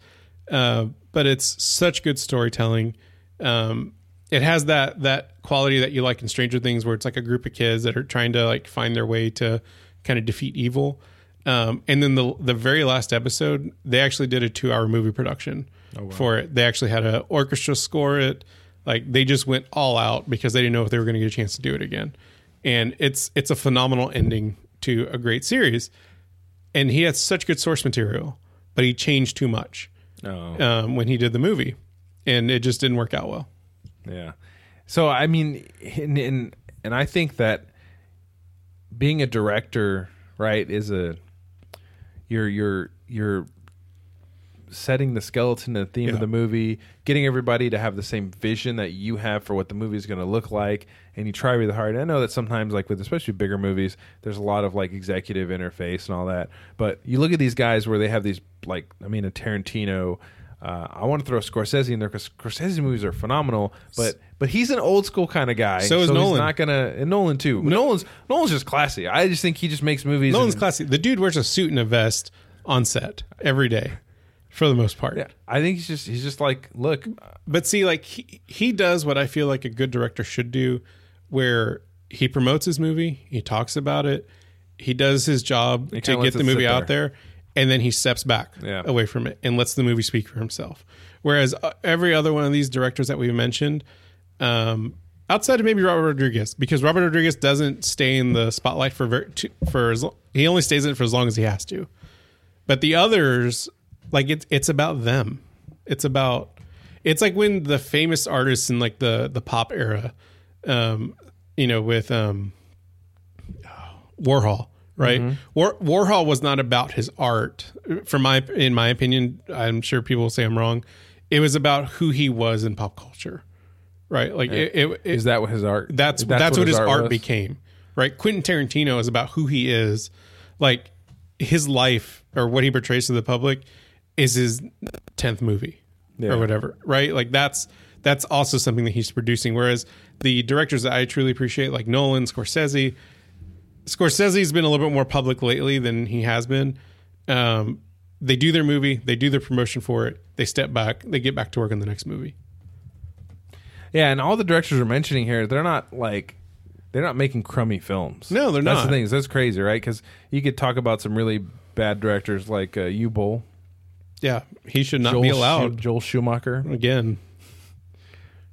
[SPEAKER 2] uh, but it's such good storytelling. Um, it has that that quality that you like in Stranger Things, where it's like a group of kids that are trying to like find their way to kind of defeat evil. Um, and then the the very last episode, they actually did a two hour movie production
[SPEAKER 1] Oh,
[SPEAKER 2] for it. They actually had an orchestra score it. Like they just went all out because they didn't know if they were going to get a chance to do it again. And it's it's a phenomenal ending to a great series and he had such good source material, but he changed too much
[SPEAKER 1] No.
[SPEAKER 2] um, when he did the movie, and it just didn't work out well.
[SPEAKER 1] Yeah. So I mean, and and, and I think that being a director, right, is a you're you're you're setting the skeleton and the theme
[SPEAKER 2] Yeah.
[SPEAKER 1] of the movie, getting everybody to have the same vision that you have for what the movie is going to look like, and you try really hard. And I know that sometimes, like with especially bigger movies, there's a lot of like executive interface and all that. But you look at these guys where they have these like, I mean, a Tarantino. Uh, I want to throw Scorsese in there because Scorsese movies are phenomenal, but but he's an old school kind of guy.
[SPEAKER 2] So is
[SPEAKER 1] He's
[SPEAKER 2] Nolan.
[SPEAKER 1] not gonna and Nolan too. Nolan's Nolan's just classy. I just think he just makes movies.
[SPEAKER 2] Nolan's
[SPEAKER 1] and-
[SPEAKER 2] classy. The dude wears a suit and a vest on set every day, for the most part.
[SPEAKER 1] Yeah, I think he's just he's just like look.
[SPEAKER 2] But see, like he, he does what I feel like a good director should do, where he promotes his movie, he talks about it, he does his job to
[SPEAKER 1] kinda
[SPEAKER 2] get
[SPEAKER 1] lets
[SPEAKER 2] the
[SPEAKER 1] it
[SPEAKER 2] movie
[SPEAKER 1] sit
[SPEAKER 2] out there, and then he steps back
[SPEAKER 1] Yeah.
[SPEAKER 2] away from it and lets the movie speak for himself. Whereas uh, every other one of these directors that we've mentioned, um, outside of maybe Robert Rodriguez, because Robert Rodriguez doesn't stay in the spotlight for ver- to, for as lo- he only stays in it for as long as he has to. But the others, like it's it's about them. It's about it's like when the famous artists in like the the pop era, um, you know, with um Warhol, right? War, Warhol was not about his art. For my in my opinion, I'm sure people will say I'm wrong. It was about who he was in pop culture. Right? Like it, it, it
[SPEAKER 1] Is that what his art?
[SPEAKER 2] that's that's, what, his, art,
[SPEAKER 1] was?
[SPEAKER 2] became, right? Quentin Tarantino is about who he is, like his life or what he portrays to the public is his tenth movie
[SPEAKER 1] Yeah.
[SPEAKER 2] or whatever, right? Like that's that's also something that he's producing. Whereas the directors that I truly appreciate, like Nolan, Scorsese, Scorsese's been a little bit more public lately than he has been. Um, they do their movie, they do their promotion for it, they step back, they get back to work on the next movie.
[SPEAKER 1] Yeah, and all the directors we're mentioning here, they're not like they're not making crummy films.
[SPEAKER 2] No, they're
[SPEAKER 1] that's
[SPEAKER 2] not.
[SPEAKER 1] The thing is, that's crazy, right? Because you could talk about some really bad directors like uh, U Bowl,
[SPEAKER 2] Yeah, he should not
[SPEAKER 1] Joel
[SPEAKER 2] be
[SPEAKER 1] Schu-
[SPEAKER 2] allowed
[SPEAKER 1] Joel Schumacher,
[SPEAKER 2] again.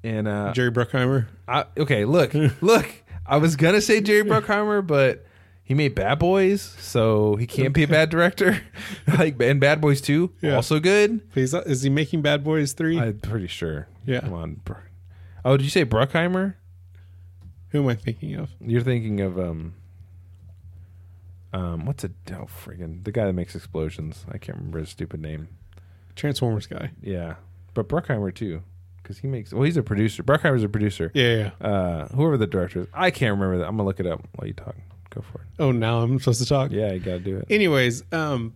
[SPEAKER 1] and uh,
[SPEAKER 2] Jerry Bruckheimer.
[SPEAKER 1] I, okay,
[SPEAKER 2] [LAUGHS]
[SPEAKER 1] look, look, I was gonna say Jerry Bruckheimer, but he made Bad Boys, so he can't be a bad director. [LAUGHS] like and Bad Boys Two,
[SPEAKER 2] Yeah.
[SPEAKER 1] also good.
[SPEAKER 2] He's is he making Bad Boys three?
[SPEAKER 1] I'm pretty sure.
[SPEAKER 2] Yeah.
[SPEAKER 1] come on. Br- Oh, did you say Bruckheimer?
[SPEAKER 2] Who am I thinking of?
[SPEAKER 1] You're thinking of um, um, what's a oh friggin' the guy that makes explosions? I can't remember his stupid name.
[SPEAKER 2] Transformers guy.
[SPEAKER 1] Yeah, but Bruckheimer too, because he makes. Well, he's a producer. Bruckheimer's a producer.
[SPEAKER 2] Yeah, yeah, yeah.
[SPEAKER 1] Uh, whoever the director is, I can't remember that. I'm gonna look it up while you talk. Go for it.
[SPEAKER 2] Oh, now I'm supposed to talk.
[SPEAKER 1] Yeah, you gotta do it.
[SPEAKER 2] Anyways, um,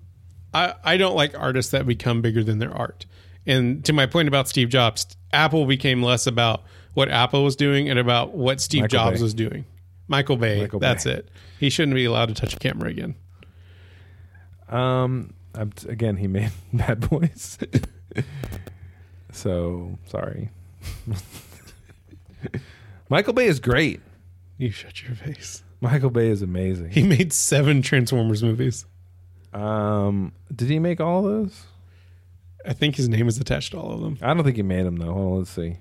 [SPEAKER 2] I I don't like artists that become bigger than their art. And to my point about Steve Jobs, Apple became less about what Apple was doing and about what Steve
[SPEAKER 1] Michael
[SPEAKER 2] Jobs
[SPEAKER 1] Bay.
[SPEAKER 2] was doing. Michael Bay.
[SPEAKER 1] Michael Bay.
[SPEAKER 2] that's it. He shouldn't be allowed to touch a camera again.
[SPEAKER 1] Um, I'm t- again, he made [LAUGHS] Bad Boys. [LAUGHS] so sorry. [LAUGHS] Michael Bay is great.
[SPEAKER 2] You shut your face.
[SPEAKER 1] Michael Bay is amazing.
[SPEAKER 2] He made seven Transformers movies.
[SPEAKER 1] Um, did he make all those?
[SPEAKER 2] I think his name is attached to all of them.
[SPEAKER 1] I don't think he made them though. Hold on, let's see.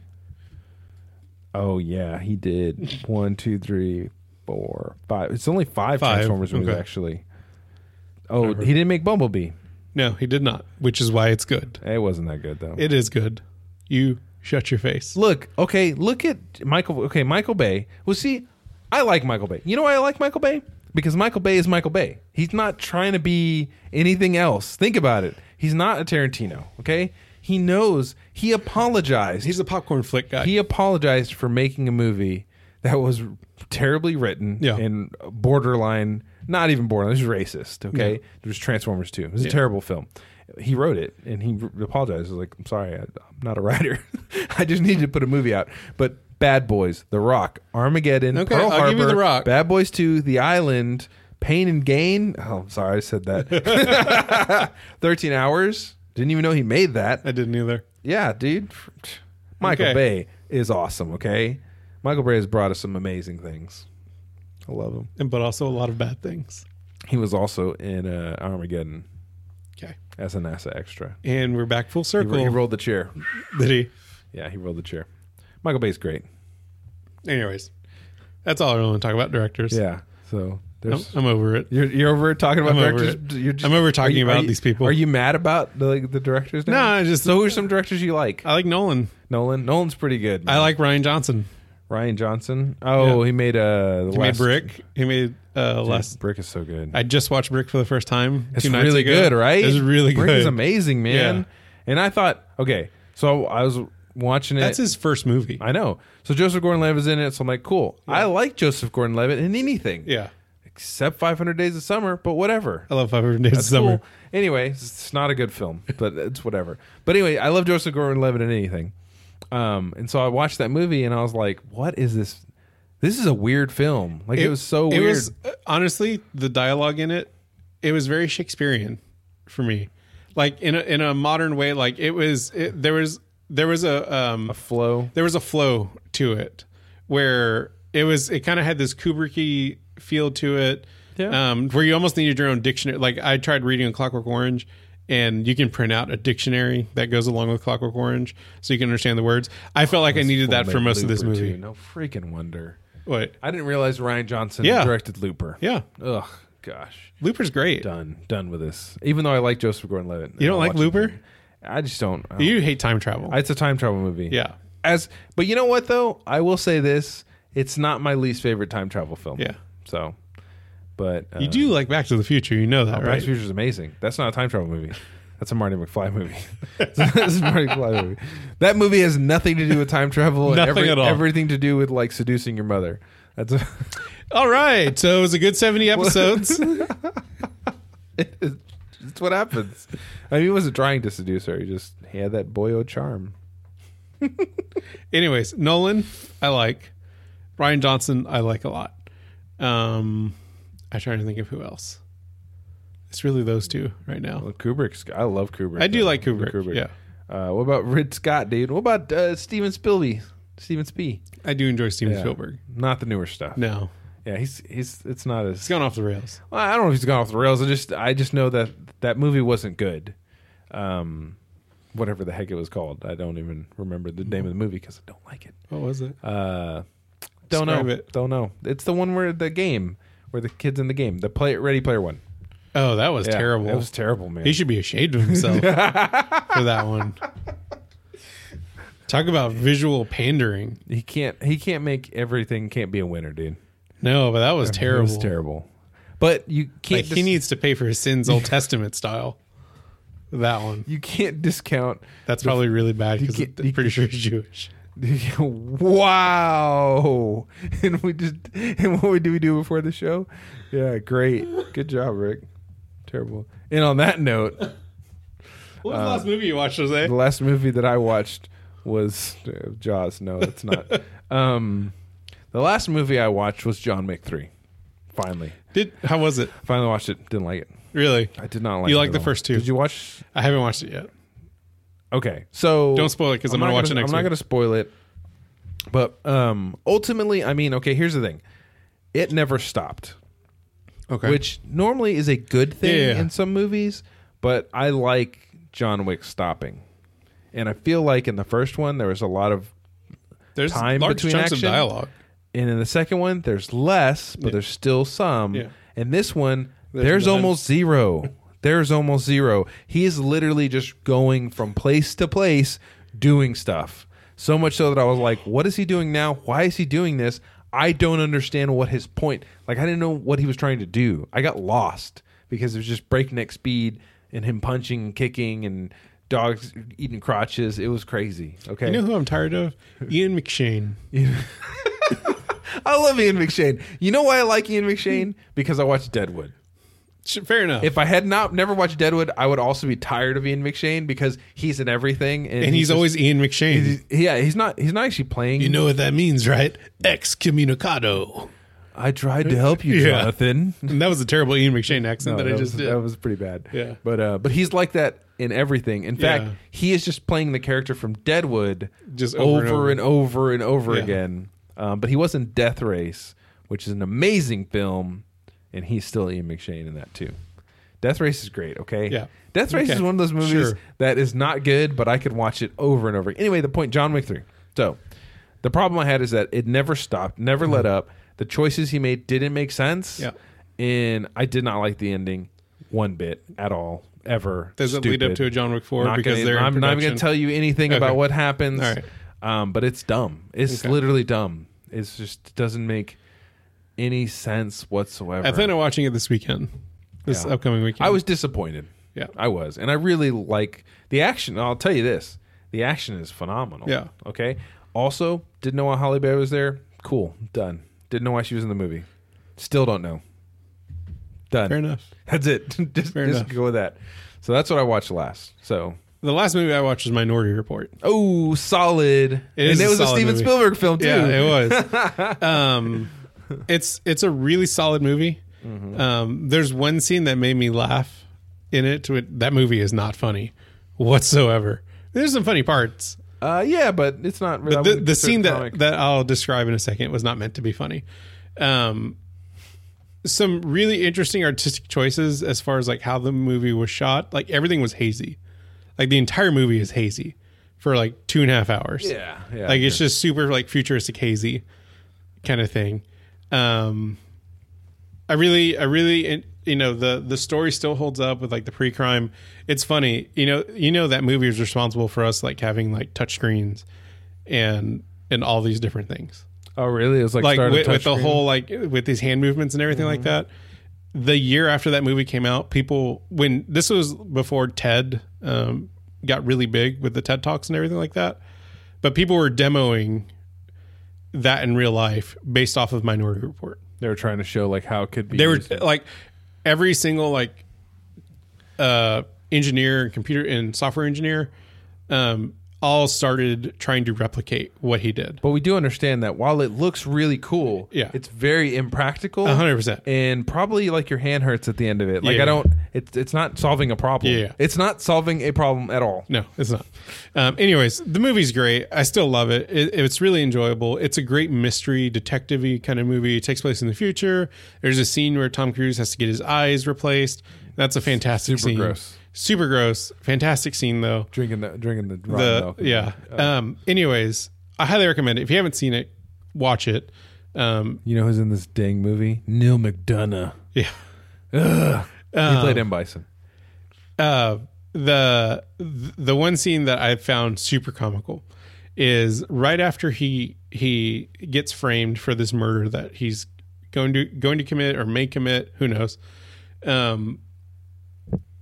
[SPEAKER 1] Oh yeah, he
[SPEAKER 2] [LAUGHS]
[SPEAKER 1] did. One, two, three, four, five. It's only five,
[SPEAKER 2] Five,
[SPEAKER 1] Transformers movies
[SPEAKER 2] okay.
[SPEAKER 1] actually. Oh, he didn't make Bumblebee.
[SPEAKER 2] No, he did not, which is why it's good.
[SPEAKER 1] It wasn't that good though.
[SPEAKER 2] It is good. You Shut your face.
[SPEAKER 1] Look, okay, look at Michael. Okay, Michael Bay. Well, see, I like Michael Bay. You know why I like Michael Bay? Because Michael Bay is Michael Bay. He's not trying to be anything else. Think about it. He's not a Tarantino. Okay, he knows. He apologized.
[SPEAKER 2] He's a popcorn flick guy.
[SPEAKER 1] he apologized for making a movie that was terribly written
[SPEAKER 2] Yeah.
[SPEAKER 1] and borderline, not even borderline. This was racist. Okay, it was Transformers Two. It was a terrible film. He wrote it and he r- apologized. He was like, "I'm sorry, I, I'm not a writer. [LAUGHS] I just needed to put a movie out." But Bad Boys, The Rock, Armageddon,
[SPEAKER 2] Okay,
[SPEAKER 1] Pearl
[SPEAKER 2] I'll
[SPEAKER 1] Harbor,
[SPEAKER 2] give you The Rock.
[SPEAKER 1] Bad Boys Two, The Island, Pain and Gain. Oh, I'm sorry, I said that.
[SPEAKER 2] [LAUGHS]
[SPEAKER 1] [LAUGHS] Thirteen Hours. Didn't even know he made that.
[SPEAKER 2] I didn't either.
[SPEAKER 1] Yeah, dude. Michael Bay is awesome, okay? Michael Bay has brought us some amazing things. I love him.
[SPEAKER 2] And but also a lot of bad things.
[SPEAKER 1] He was also in uh, Armageddon
[SPEAKER 2] Okay.
[SPEAKER 1] as a NASA extra.
[SPEAKER 2] And we're back full
[SPEAKER 1] He, ro-
[SPEAKER 2] circle.
[SPEAKER 1] he rolled the chair.
[SPEAKER 2] Did he?
[SPEAKER 1] Yeah, he rolled the chair. Michael Bay's great.
[SPEAKER 2] Anyways, that's all I really want to talk about directors.
[SPEAKER 1] Yeah. So
[SPEAKER 2] I'm,
[SPEAKER 1] there's
[SPEAKER 2] I'm over it.
[SPEAKER 1] you're, you're over talking about
[SPEAKER 2] I'm over
[SPEAKER 1] directors.
[SPEAKER 2] it.
[SPEAKER 1] You're just-
[SPEAKER 2] I'm over talking
[SPEAKER 1] are you- are
[SPEAKER 2] about
[SPEAKER 1] you-
[SPEAKER 2] these people.
[SPEAKER 1] Are you mad about the, like, the directors?
[SPEAKER 2] No,
[SPEAKER 1] Now?
[SPEAKER 2] I just
[SPEAKER 1] So who are some directors you like?
[SPEAKER 2] I like Nolan.
[SPEAKER 1] Nolan. Nolan's pretty good.
[SPEAKER 2] I like Ryan Johnson.
[SPEAKER 1] Ryan Johnson. Oh,
[SPEAKER 2] Yeah.
[SPEAKER 1] he made uh, the Last-
[SPEAKER 2] He made Brick. He made uh,
[SPEAKER 1] Dude,
[SPEAKER 2] last.
[SPEAKER 1] Brick is so good.
[SPEAKER 2] I just watched Brick for the first time.
[SPEAKER 1] It's
[SPEAKER 2] two nights
[SPEAKER 1] really
[SPEAKER 2] ago.
[SPEAKER 1] good, right?
[SPEAKER 2] It's really
[SPEAKER 1] Brick
[SPEAKER 2] good.
[SPEAKER 1] is amazing, man.
[SPEAKER 2] Yeah.
[SPEAKER 1] And I thought, okay, so I was watching it.
[SPEAKER 2] That's his first movie.
[SPEAKER 1] I know. So Joseph Gordon-Levitt is in it, so I'm like, cool. I like Joseph Gordon-Levitt in anything,
[SPEAKER 2] yeah,
[SPEAKER 1] except 500 Days of Summer, but whatever.
[SPEAKER 2] I love Five Hundred Days of
[SPEAKER 1] That's
[SPEAKER 2] Summer.
[SPEAKER 1] cool. Anyway, it's- it's not a good film,
[SPEAKER 2] [LAUGHS]
[SPEAKER 1] but it's whatever. But anyway, I love Joseph Gordon-Levitt in anything. Um, and so I watched that movie, and I was like, what is this? This is a weird film. Like it, was so
[SPEAKER 2] It
[SPEAKER 1] weird.
[SPEAKER 2] was uh, honestly the dialogue in it. It was very Shakespearean for me, like in a in a modern way. Like it was it, there was there was a um
[SPEAKER 1] flow.
[SPEAKER 2] there was a flow to it where it was it kind of had this Kubricky feel to it.
[SPEAKER 1] Yeah.
[SPEAKER 2] Um, where you almost needed your own dictionary. Like I tried reading on Clockwork Orange, and you can print out a dictionary that goes along with Clockwork Orange, so you can understand the words. I felt like I needed that for most of this
[SPEAKER 1] Looper, too.
[SPEAKER 2] movie.
[SPEAKER 1] No freaking wonder.
[SPEAKER 2] What?
[SPEAKER 1] I didn't realize Ryan Johnson
[SPEAKER 2] Yeah.
[SPEAKER 1] directed Looper.
[SPEAKER 2] Yeah,
[SPEAKER 1] Ugh, gosh.
[SPEAKER 2] Looper's great.
[SPEAKER 1] Done. Done with this. Even though I like Joseph Gordon Levitt.
[SPEAKER 2] You don't like Looper?
[SPEAKER 1] I just don't. I don't-
[SPEAKER 2] You hate time travel.
[SPEAKER 1] It's a time travel movie.
[SPEAKER 2] yeah.
[SPEAKER 1] As but you know what though? I will say this. It's not my least favorite time travel film.
[SPEAKER 2] Yeah.
[SPEAKER 1] So but uh,
[SPEAKER 2] You do like Back to the Future. You know that,
[SPEAKER 1] Back to the
[SPEAKER 2] right?
[SPEAKER 1] Future is amazing. That's not a time travel movie. That's a Marty McFly
[SPEAKER 2] [LAUGHS]
[SPEAKER 1] movie. [LAUGHS] That's a Marty McFly movie. That movie has nothing to do with time travel. and
[SPEAKER 2] Nothing
[SPEAKER 1] every-
[SPEAKER 2] at all.
[SPEAKER 1] Everything to do with like seducing your mother. That's a, [LAUGHS]
[SPEAKER 2] All right. So it was a good 70 episodes.
[SPEAKER 1] That's what happens. [LAUGHS] I mean, he wasn't trying to seduce her. He just he had that boyo charm.
[SPEAKER 2] Anyways, Nolan, I like. Ryan Johnson, I like a lot. Um, I'm trying to think of who else. It's really those two right now.
[SPEAKER 1] Well, Kubrick's. I love Kubrick.
[SPEAKER 2] I do like Kubrick. Yeah,
[SPEAKER 1] Uh, what about Rid Scott, dude? What about uh, Steven Spielberg? Steven Spee.
[SPEAKER 2] I do enjoy Steven
[SPEAKER 1] Yeah.
[SPEAKER 2] Spielberg.
[SPEAKER 1] Not the newer stuff.
[SPEAKER 2] No,
[SPEAKER 1] Yeah, he's he's. It's not as.
[SPEAKER 2] it's gone off the rails.
[SPEAKER 1] Well, I don't know if he's gone off the rails. I just I just know that that movie wasn't good. Um, whatever the heck it was called, I don't even remember the name of the movie because I don't like it.
[SPEAKER 2] What was it?
[SPEAKER 1] Uh, don't know.
[SPEAKER 2] Describe it.
[SPEAKER 1] Don't know. It's the one where the game, where the kids in the game, the play Ready Player One.
[SPEAKER 2] Oh, that was
[SPEAKER 1] Yeah,
[SPEAKER 2] terrible.
[SPEAKER 1] It was terrible, man.
[SPEAKER 2] he should be ashamed of
[SPEAKER 1] [LAUGHS]
[SPEAKER 2] himself for that one. Talk about visual pandering.
[SPEAKER 1] He can't. He can't make everything. Can't be a winner, dude.
[SPEAKER 2] No, but that was
[SPEAKER 1] It
[SPEAKER 2] terrible.
[SPEAKER 1] was terrible. But you can't.
[SPEAKER 2] Like, he
[SPEAKER 1] dis-
[SPEAKER 2] needs to pay for his sins, Old Testament style. That one.
[SPEAKER 1] you can't discount. [LAUGHS]
[SPEAKER 2] That's probably really bad because
[SPEAKER 1] can't-
[SPEAKER 2] I'm pretty sure he's Jewish.
[SPEAKER 1] wow. [LAUGHS] And we just. And what we do we do before the show? Yeah, great. Good job, Rick. Terrible. And on that note,
[SPEAKER 2] What was the last movie you watched, Jose?
[SPEAKER 1] the last movie that I watched was uh, Jaws. No, it's not. [LAUGHS] um, the last movie I watched was John Wick three. Finally,
[SPEAKER 2] Did how was it?
[SPEAKER 1] finally watched it. Didn't like it.
[SPEAKER 2] Really?
[SPEAKER 1] I did not like.
[SPEAKER 2] You
[SPEAKER 1] it
[SPEAKER 2] like
[SPEAKER 1] at
[SPEAKER 2] the
[SPEAKER 1] all.
[SPEAKER 2] first two.
[SPEAKER 1] Did you watch
[SPEAKER 2] I haven't watched it yet.
[SPEAKER 1] Okay, so
[SPEAKER 2] Don't spoil it 'cause I'm
[SPEAKER 1] not
[SPEAKER 2] gonna watch
[SPEAKER 1] gonna-
[SPEAKER 2] it next
[SPEAKER 1] I'm not
[SPEAKER 2] week.
[SPEAKER 1] going to spoil it, but um, ultimately, I mean, okay, here's the thing: it never stopped,
[SPEAKER 2] Okay.
[SPEAKER 1] which
[SPEAKER 2] Which
[SPEAKER 1] normally is a good thing
[SPEAKER 2] Yeah.
[SPEAKER 1] in some movies. But I like John Wick stopping, and I feel like in the first one there was a lot of,
[SPEAKER 2] there's
[SPEAKER 1] time
[SPEAKER 2] large
[SPEAKER 1] between
[SPEAKER 2] chunks of
[SPEAKER 1] action?
[SPEAKER 2] dialogue.
[SPEAKER 1] and in the second one there's less, but there's still some.
[SPEAKER 2] Yeah.
[SPEAKER 1] And this one, there's,
[SPEAKER 2] none.
[SPEAKER 1] almost zero. There's almost zero. He is literally just going from place to place doing stuff. So much so that I was like, what is he doing now? Why is he doing this? I don't understand what his point. Like I didn't know what he was trying to do. I got lost because it was just breakneck speed and him punching and kicking and dogs eating crotches. It was crazy. Okay.
[SPEAKER 2] You know who I'm tired of? Ian McShane.
[SPEAKER 1] I love Ian McShane. You know why I like Ian McShane? Because I watched Deadwood.
[SPEAKER 2] Sh- Fair enough.
[SPEAKER 1] If I had not never watched Deadwood, I would also be tired of Ian McShane because he's in everything and,
[SPEAKER 2] and he's,
[SPEAKER 1] just-
[SPEAKER 2] always Ian McShane.
[SPEAKER 1] yeah he's not he's not actually playing.
[SPEAKER 2] you know what that means, right? Excommunicado.
[SPEAKER 1] I tried to help you,
[SPEAKER 2] Yeah.
[SPEAKER 1] Jonathan.
[SPEAKER 2] And that was a terrible Ian McShane accent
[SPEAKER 1] No,
[SPEAKER 2] that, I
[SPEAKER 1] was,
[SPEAKER 2] just did.
[SPEAKER 1] that was pretty bad.
[SPEAKER 2] Yeah.
[SPEAKER 1] but uh, but he's like that in everything. In fact,
[SPEAKER 2] Yeah.
[SPEAKER 1] he is just playing the character from Deadwood
[SPEAKER 2] Just
[SPEAKER 1] over,
[SPEAKER 2] over
[SPEAKER 1] and
[SPEAKER 2] and
[SPEAKER 1] over and over
[SPEAKER 2] Yeah.
[SPEAKER 1] again. Um, but he was in Death Race, which is an amazing film, and he's still Ian McShane in that too. Death Race is great. Okay.
[SPEAKER 2] Yeah.
[SPEAKER 1] Death Race
[SPEAKER 2] Okay.
[SPEAKER 1] is one of those movies
[SPEAKER 2] Sure.
[SPEAKER 1] that is not good, but I could watch it over and over. Anyway, the point John Wick 3. So, the problem I had is that it never stopped, never let up. The choices he made didn't make sense.
[SPEAKER 2] Mm-hmm. Yeah.
[SPEAKER 1] And I did not like the ending one bit at all, ever.
[SPEAKER 2] Does it lead up to a John Wick 4?
[SPEAKER 1] Not
[SPEAKER 2] because
[SPEAKER 1] gonna-
[SPEAKER 2] they're in
[SPEAKER 1] I'm not even going
[SPEAKER 2] production?
[SPEAKER 1] to tell you anything
[SPEAKER 2] Okay.
[SPEAKER 1] about what happens.
[SPEAKER 2] All right.
[SPEAKER 1] Um, but it's dumb. It's
[SPEAKER 2] Okay.
[SPEAKER 1] literally dumb. It's just it doesn't make any sense whatsoever.
[SPEAKER 2] I plan on watching it this weekend, this
[SPEAKER 1] Yeah.
[SPEAKER 2] upcoming weekend.
[SPEAKER 1] I was disappointed.
[SPEAKER 2] Yeah.
[SPEAKER 1] I was, and I really like the action. I'll tell you this: the action is phenomenal.
[SPEAKER 2] Yeah.
[SPEAKER 1] Okay. Also, didn't know why Holly Berry was there. Cool. Done. Didn't know why she was in the movie. Still don't know. Done.
[SPEAKER 2] Fair enough.
[SPEAKER 1] That's it. [LAUGHS] just
[SPEAKER 2] Fair
[SPEAKER 1] just
[SPEAKER 2] enough.
[SPEAKER 1] go with that. So that's what I watched last. So
[SPEAKER 2] The last movie I watched was Minority Report.
[SPEAKER 1] oh, solid.
[SPEAKER 2] It is
[SPEAKER 1] and it
[SPEAKER 2] a
[SPEAKER 1] was a
[SPEAKER 2] solid
[SPEAKER 1] Steven
[SPEAKER 2] movie.
[SPEAKER 1] Spielberg film too.
[SPEAKER 2] Yeah, it was. [LAUGHS] um, it's it's a really solid movie. Um, there's one scene that made me laugh in it. which- That movie is not funny whatsoever. There's some funny parts.
[SPEAKER 1] uh, yeah, but it's not. I
[SPEAKER 2] But the,
[SPEAKER 1] wouldn't
[SPEAKER 2] the
[SPEAKER 1] consider
[SPEAKER 2] scene
[SPEAKER 1] it comic.
[SPEAKER 2] that, that I'll describe in a second was not meant to be funny. Um, some really interesting artistic choices as far as like how the movie was shot. Like everything was hazy. Like the entire movie is hazy for like two and a half hours
[SPEAKER 1] yeah, yeah,
[SPEAKER 2] like it's just super like futuristic hazy kind of thing um i really i really and, you know the the story still holds up with like the pre-crime it's funny you know you know that movie is responsible for us like having like touch screens and and all these different things
[SPEAKER 1] oh really? It was like,
[SPEAKER 2] like
[SPEAKER 1] started
[SPEAKER 2] with, with the
[SPEAKER 1] touchscreen? Mm-hmm.
[SPEAKER 2] whole like with these hand movements and everything like that the year after that movie came out people when this was before ted um, got really big with the ted talks and everything like that but people were demoing that in real life based off of minority report
[SPEAKER 1] They were trying to show like how it could be.
[SPEAKER 2] they were
[SPEAKER 1] used.
[SPEAKER 2] like every single like uh engineer and computer and software engineer um all started trying to replicate what he did
[SPEAKER 1] But we do understand that while it looks really cool,
[SPEAKER 2] Yeah.
[SPEAKER 1] it's very impractical.
[SPEAKER 2] 100%
[SPEAKER 1] And probably like your hand hurts at the end of it. Like
[SPEAKER 2] Yeah.
[SPEAKER 1] I don't it's it's not solving a problem.
[SPEAKER 2] Yeah.
[SPEAKER 1] It's not solving a problem at all.
[SPEAKER 2] No, it's not. Um, anyways, the movie's great. I still love it. it. It's really enjoyable. It's a great mystery, detective kind of movie. It takes place in the future. There's a scene where Tom Cruise has to get his eyes replaced. That's a fantastic
[SPEAKER 1] Super
[SPEAKER 2] scene.
[SPEAKER 1] gross.
[SPEAKER 2] Super gross. Fantastic scene, though.
[SPEAKER 1] Drinking the drinking the,
[SPEAKER 2] The-
[SPEAKER 1] rotten milk.
[SPEAKER 2] yeah. Um, anyways, I highly recommend it. If you haven't seen it, watch it. Um,
[SPEAKER 1] You know who's in this dang movie? Neil McDonough.
[SPEAKER 2] yeah. Um,
[SPEAKER 1] he played M Bison. [LAUGHS]
[SPEAKER 2] uh, the the one scene that I found super comical is right after he he gets framed for this murder that he's going to going to commit or may commit, who knows. Um,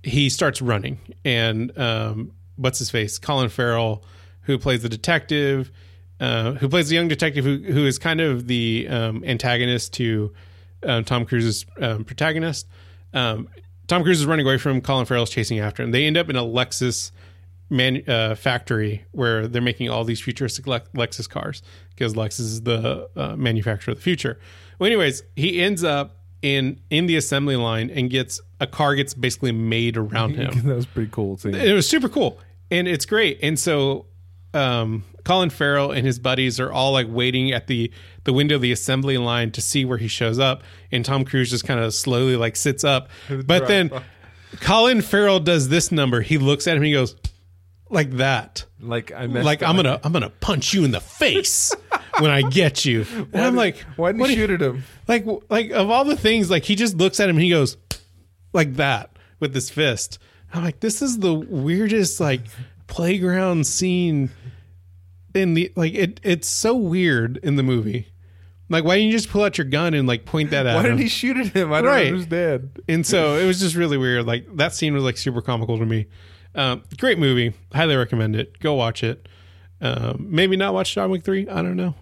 [SPEAKER 2] he starts running, and um, what's his face? Colin Farrell, who plays the detective, uh, who plays the young detective, who who is kind of the um, antagonist to um, Tom Cruise's um, protagonist. Um, Tom Cruise is running away from him. Colin Farrell's chasing after him. They end up in a Lexus man, uh, factory where they're making all these futuristic Lex- Lexus cars because Lexus is the uh, manufacturer of the future. Well, anyways, he ends up in in the assembly line and gets a car gets basically made around him
[SPEAKER 1] that was pretty cool scene.
[SPEAKER 2] it was super cool and it's great and so um colin farrell and his buddies are all like waiting at the the window of the assembly line to see where he shows up and tom cruise just kind of slowly like
[SPEAKER 1] [LAUGHS]
[SPEAKER 2] sits up but then colin farrell does this number he looks at him and he goes like that
[SPEAKER 1] like I messed
[SPEAKER 2] like
[SPEAKER 1] up.
[SPEAKER 2] i'm gonna i'm gonna punch you in the face when i get you and i'm like
[SPEAKER 1] why did
[SPEAKER 2] uh, what
[SPEAKER 1] you
[SPEAKER 2] do you-
[SPEAKER 1] shoot at him?
[SPEAKER 2] like like of all the things like he just looks at him and he goes like that with his fist i'm like this is the weirdest like playground scene in the like it it's so weird in the movie. Like why didn't you just pull out your gun and like point that
[SPEAKER 1] [LAUGHS]
[SPEAKER 2] at
[SPEAKER 1] Why
[SPEAKER 2] him?
[SPEAKER 1] did he shoot at him? I don't
[SPEAKER 2] Right.
[SPEAKER 1] understand.
[SPEAKER 2] and so it was just really weird. Like that scene was like super comical to me. Um, great movie. Highly recommend it. Go watch it. Um, maybe not watch John Wick three. I don't know.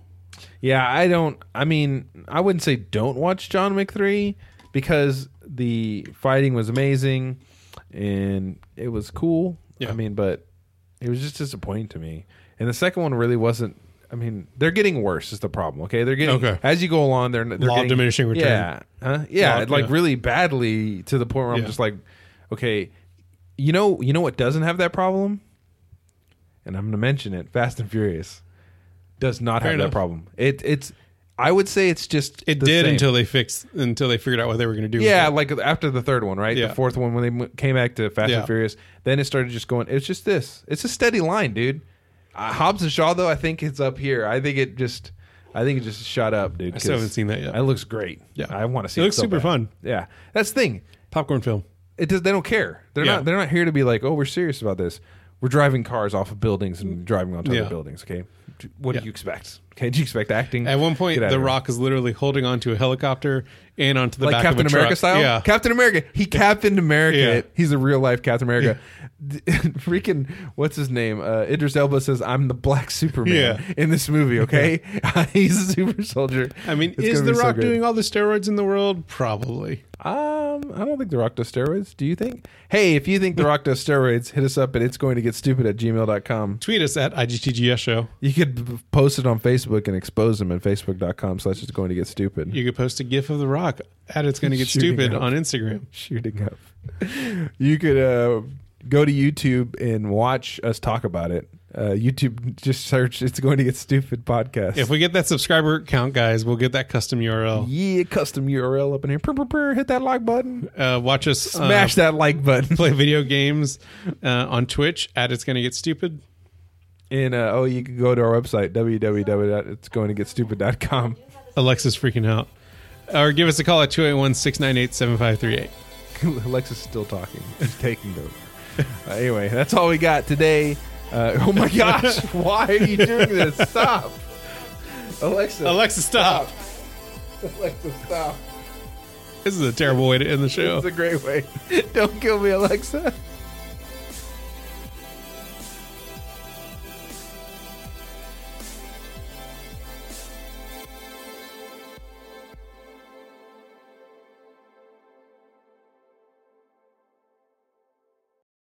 [SPEAKER 1] Yeah, I don't. I mean, I wouldn't say don't watch John Wick three because the fighting was amazing and it was cool.
[SPEAKER 2] Yeah.
[SPEAKER 1] I mean, but it was just disappointing to me. And the second one really wasn't. I mean, they're getting worse. Is the problem? Okay, they're getting
[SPEAKER 2] Okay.
[SPEAKER 1] as you go along. They're, they're
[SPEAKER 2] Law of
[SPEAKER 1] getting,
[SPEAKER 2] diminishing return.
[SPEAKER 1] Yeah, huh? yeah,
[SPEAKER 2] Law of-
[SPEAKER 1] like
[SPEAKER 2] yeah.
[SPEAKER 1] really badly to the point where I'm
[SPEAKER 2] Yeah.
[SPEAKER 1] just like, okay, you know, you know what doesn't have that problem, and I'm going to mention it. Fast and Furious does not
[SPEAKER 2] Fair
[SPEAKER 1] have
[SPEAKER 2] enough.
[SPEAKER 1] that problem. It it's I would say it's just
[SPEAKER 2] It
[SPEAKER 1] the
[SPEAKER 2] did
[SPEAKER 1] same.
[SPEAKER 2] until they fixed until they figured out what they were going to do. with
[SPEAKER 1] yeah,
[SPEAKER 2] it.
[SPEAKER 1] like after the third one, right?
[SPEAKER 2] Yeah.
[SPEAKER 1] The fourth one when they mo- came back to Fast
[SPEAKER 2] Yeah.
[SPEAKER 1] and Furious, then it started just going. It's just this. It's a steady line, dude. Uh, Hobbs and Shaw though, I think it's up here. I think it just, I think it just shot up, dude.
[SPEAKER 2] I still haven't seen that yet.
[SPEAKER 1] It looks great.
[SPEAKER 2] Yeah.
[SPEAKER 1] I want to see.
[SPEAKER 2] It
[SPEAKER 1] It,
[SPEAKER 2] looks
[SPEAKER 1] so
[SPEAKER 2] super
[SPEAKER 1] bad.
[SPEAKER 2] fun.
[SPEAKER 1] Yeah, that's the thing.
[SPEAKER 2] popcorn film.
[SPEAKER 1] It does. They don't care. They're
[SPEAKER 2] Yeah.
[SPEAKER 1] not. They're not here to be like, oh, we're serious about this. We're driving cars off of buildings and driving onto
[SPEAKER 2] Yeah.
[SPEAKER 1] other buildings. Okay, D- what
[SPEAKER 2] Yeah.
[SPEAKER 1] do you expect? Okay, do you expect acting?
[SPEAKER 2] At one point,
[SPEAKER 1] Get out of
[SPEAKER 2] The
[SPEAKER 1] here.
[SPEAKER 2] Rock is literally holding onto a helicopter and onto the
[SPEAKER 1] like
[SPEAKER 2] back
[SPEAKER 1] Captain
[SPEAKER 2] of a
[SPEAKER 1] America
[SPEAKER 2] truck.
[SPEAKER 1] style.
[SPEAKER 2] Yeah,
[SPEAKER 1] Captain America. He Captain America.
[SPEAKER 2] Yeah.
[SPEAKER 1] it. He's a real life Captain America. [LAUGHS] Freaking what's his name? Uh, Idris Elba says, "I'm the Black Superman
[SPEAKER 2] Yeah.
[SPEAKER 1] in this movie." Okay, [LAUGHS] he's a super soldier.
[SPEAKER 2] I mean,
[SPEAKER 1] It's
[SPEAKER 2] is
[SPEAKER 1] gonna
[SPEAKER 2] The
[SPEAKER 1] be so
[SPEAKER 2] Rock
[SPEAKER 1] good.
[SPEAKER 2] doing all the steroids in the world? Probably.
[SPEAKER 1] Um, I don't think The Rock does steroids. Do you think? Hey, if you think
[SPEAKER 2] [LAUGHS]
[SPEAKER 1] The Rock does steroids, hit us up at it's going to get stupid at gmail.com.
[SPEAKER 2] Tweet us at IGTGS show.
[SPEAKER 1] You could p- post it on Facebook and expose them at facebook.com slash it's going to get stupid.
[SPEAKER 2] You could post a GIF of The Rock at It's Gonna Get
[SPEAKER 1] Shooting
[SPEAKER 2] Stupid
[SPEAKER 1] up.
[SPEAKER 2] on Instagram.
[SPEAKER 1] [LAUGHS] Shooting up. You could uh, go to YouTube and watch us talk about it. Uh, YouTube, just search it's going to get stupid podcast.
[SPEAKER 2] If we get that subscriber count, guys, we'll get that custom URL.
[SPEAKER 1] yeah, custom URL up in here. Brr, brr, brr, hit that like button.
[SPEAKER 2] Uh, watch us uh,
[SPEAKER 1] Smash that like button. [LAUGHS]
[SPEAKER 2] play video games uh, on Twitch at It's Gonna Get Stupid.
[SPEAKER 1] And uh, oh, you could go to our website, www.itsgoingtogetstupid.com.
[SPEAKER 2] Alexa's freaking out. Or give us a call at 281 698 7538.
[SPEAKER 1] [LAUGHS] Alexa's still talking. She's taking over. Uh, anyway, that's all we got today. Uh, oh my gosh, why are you doing this? Stop. Alexa,
[SPEAKER 2] Alexa, stop.
[SPEAKER 1] Alexa, stop.
[SPEAKER 2] This is a terrible way to end the show.
[SPEAKER 1] [LAUGHS] That's a great way. Don't kill me, Alexa.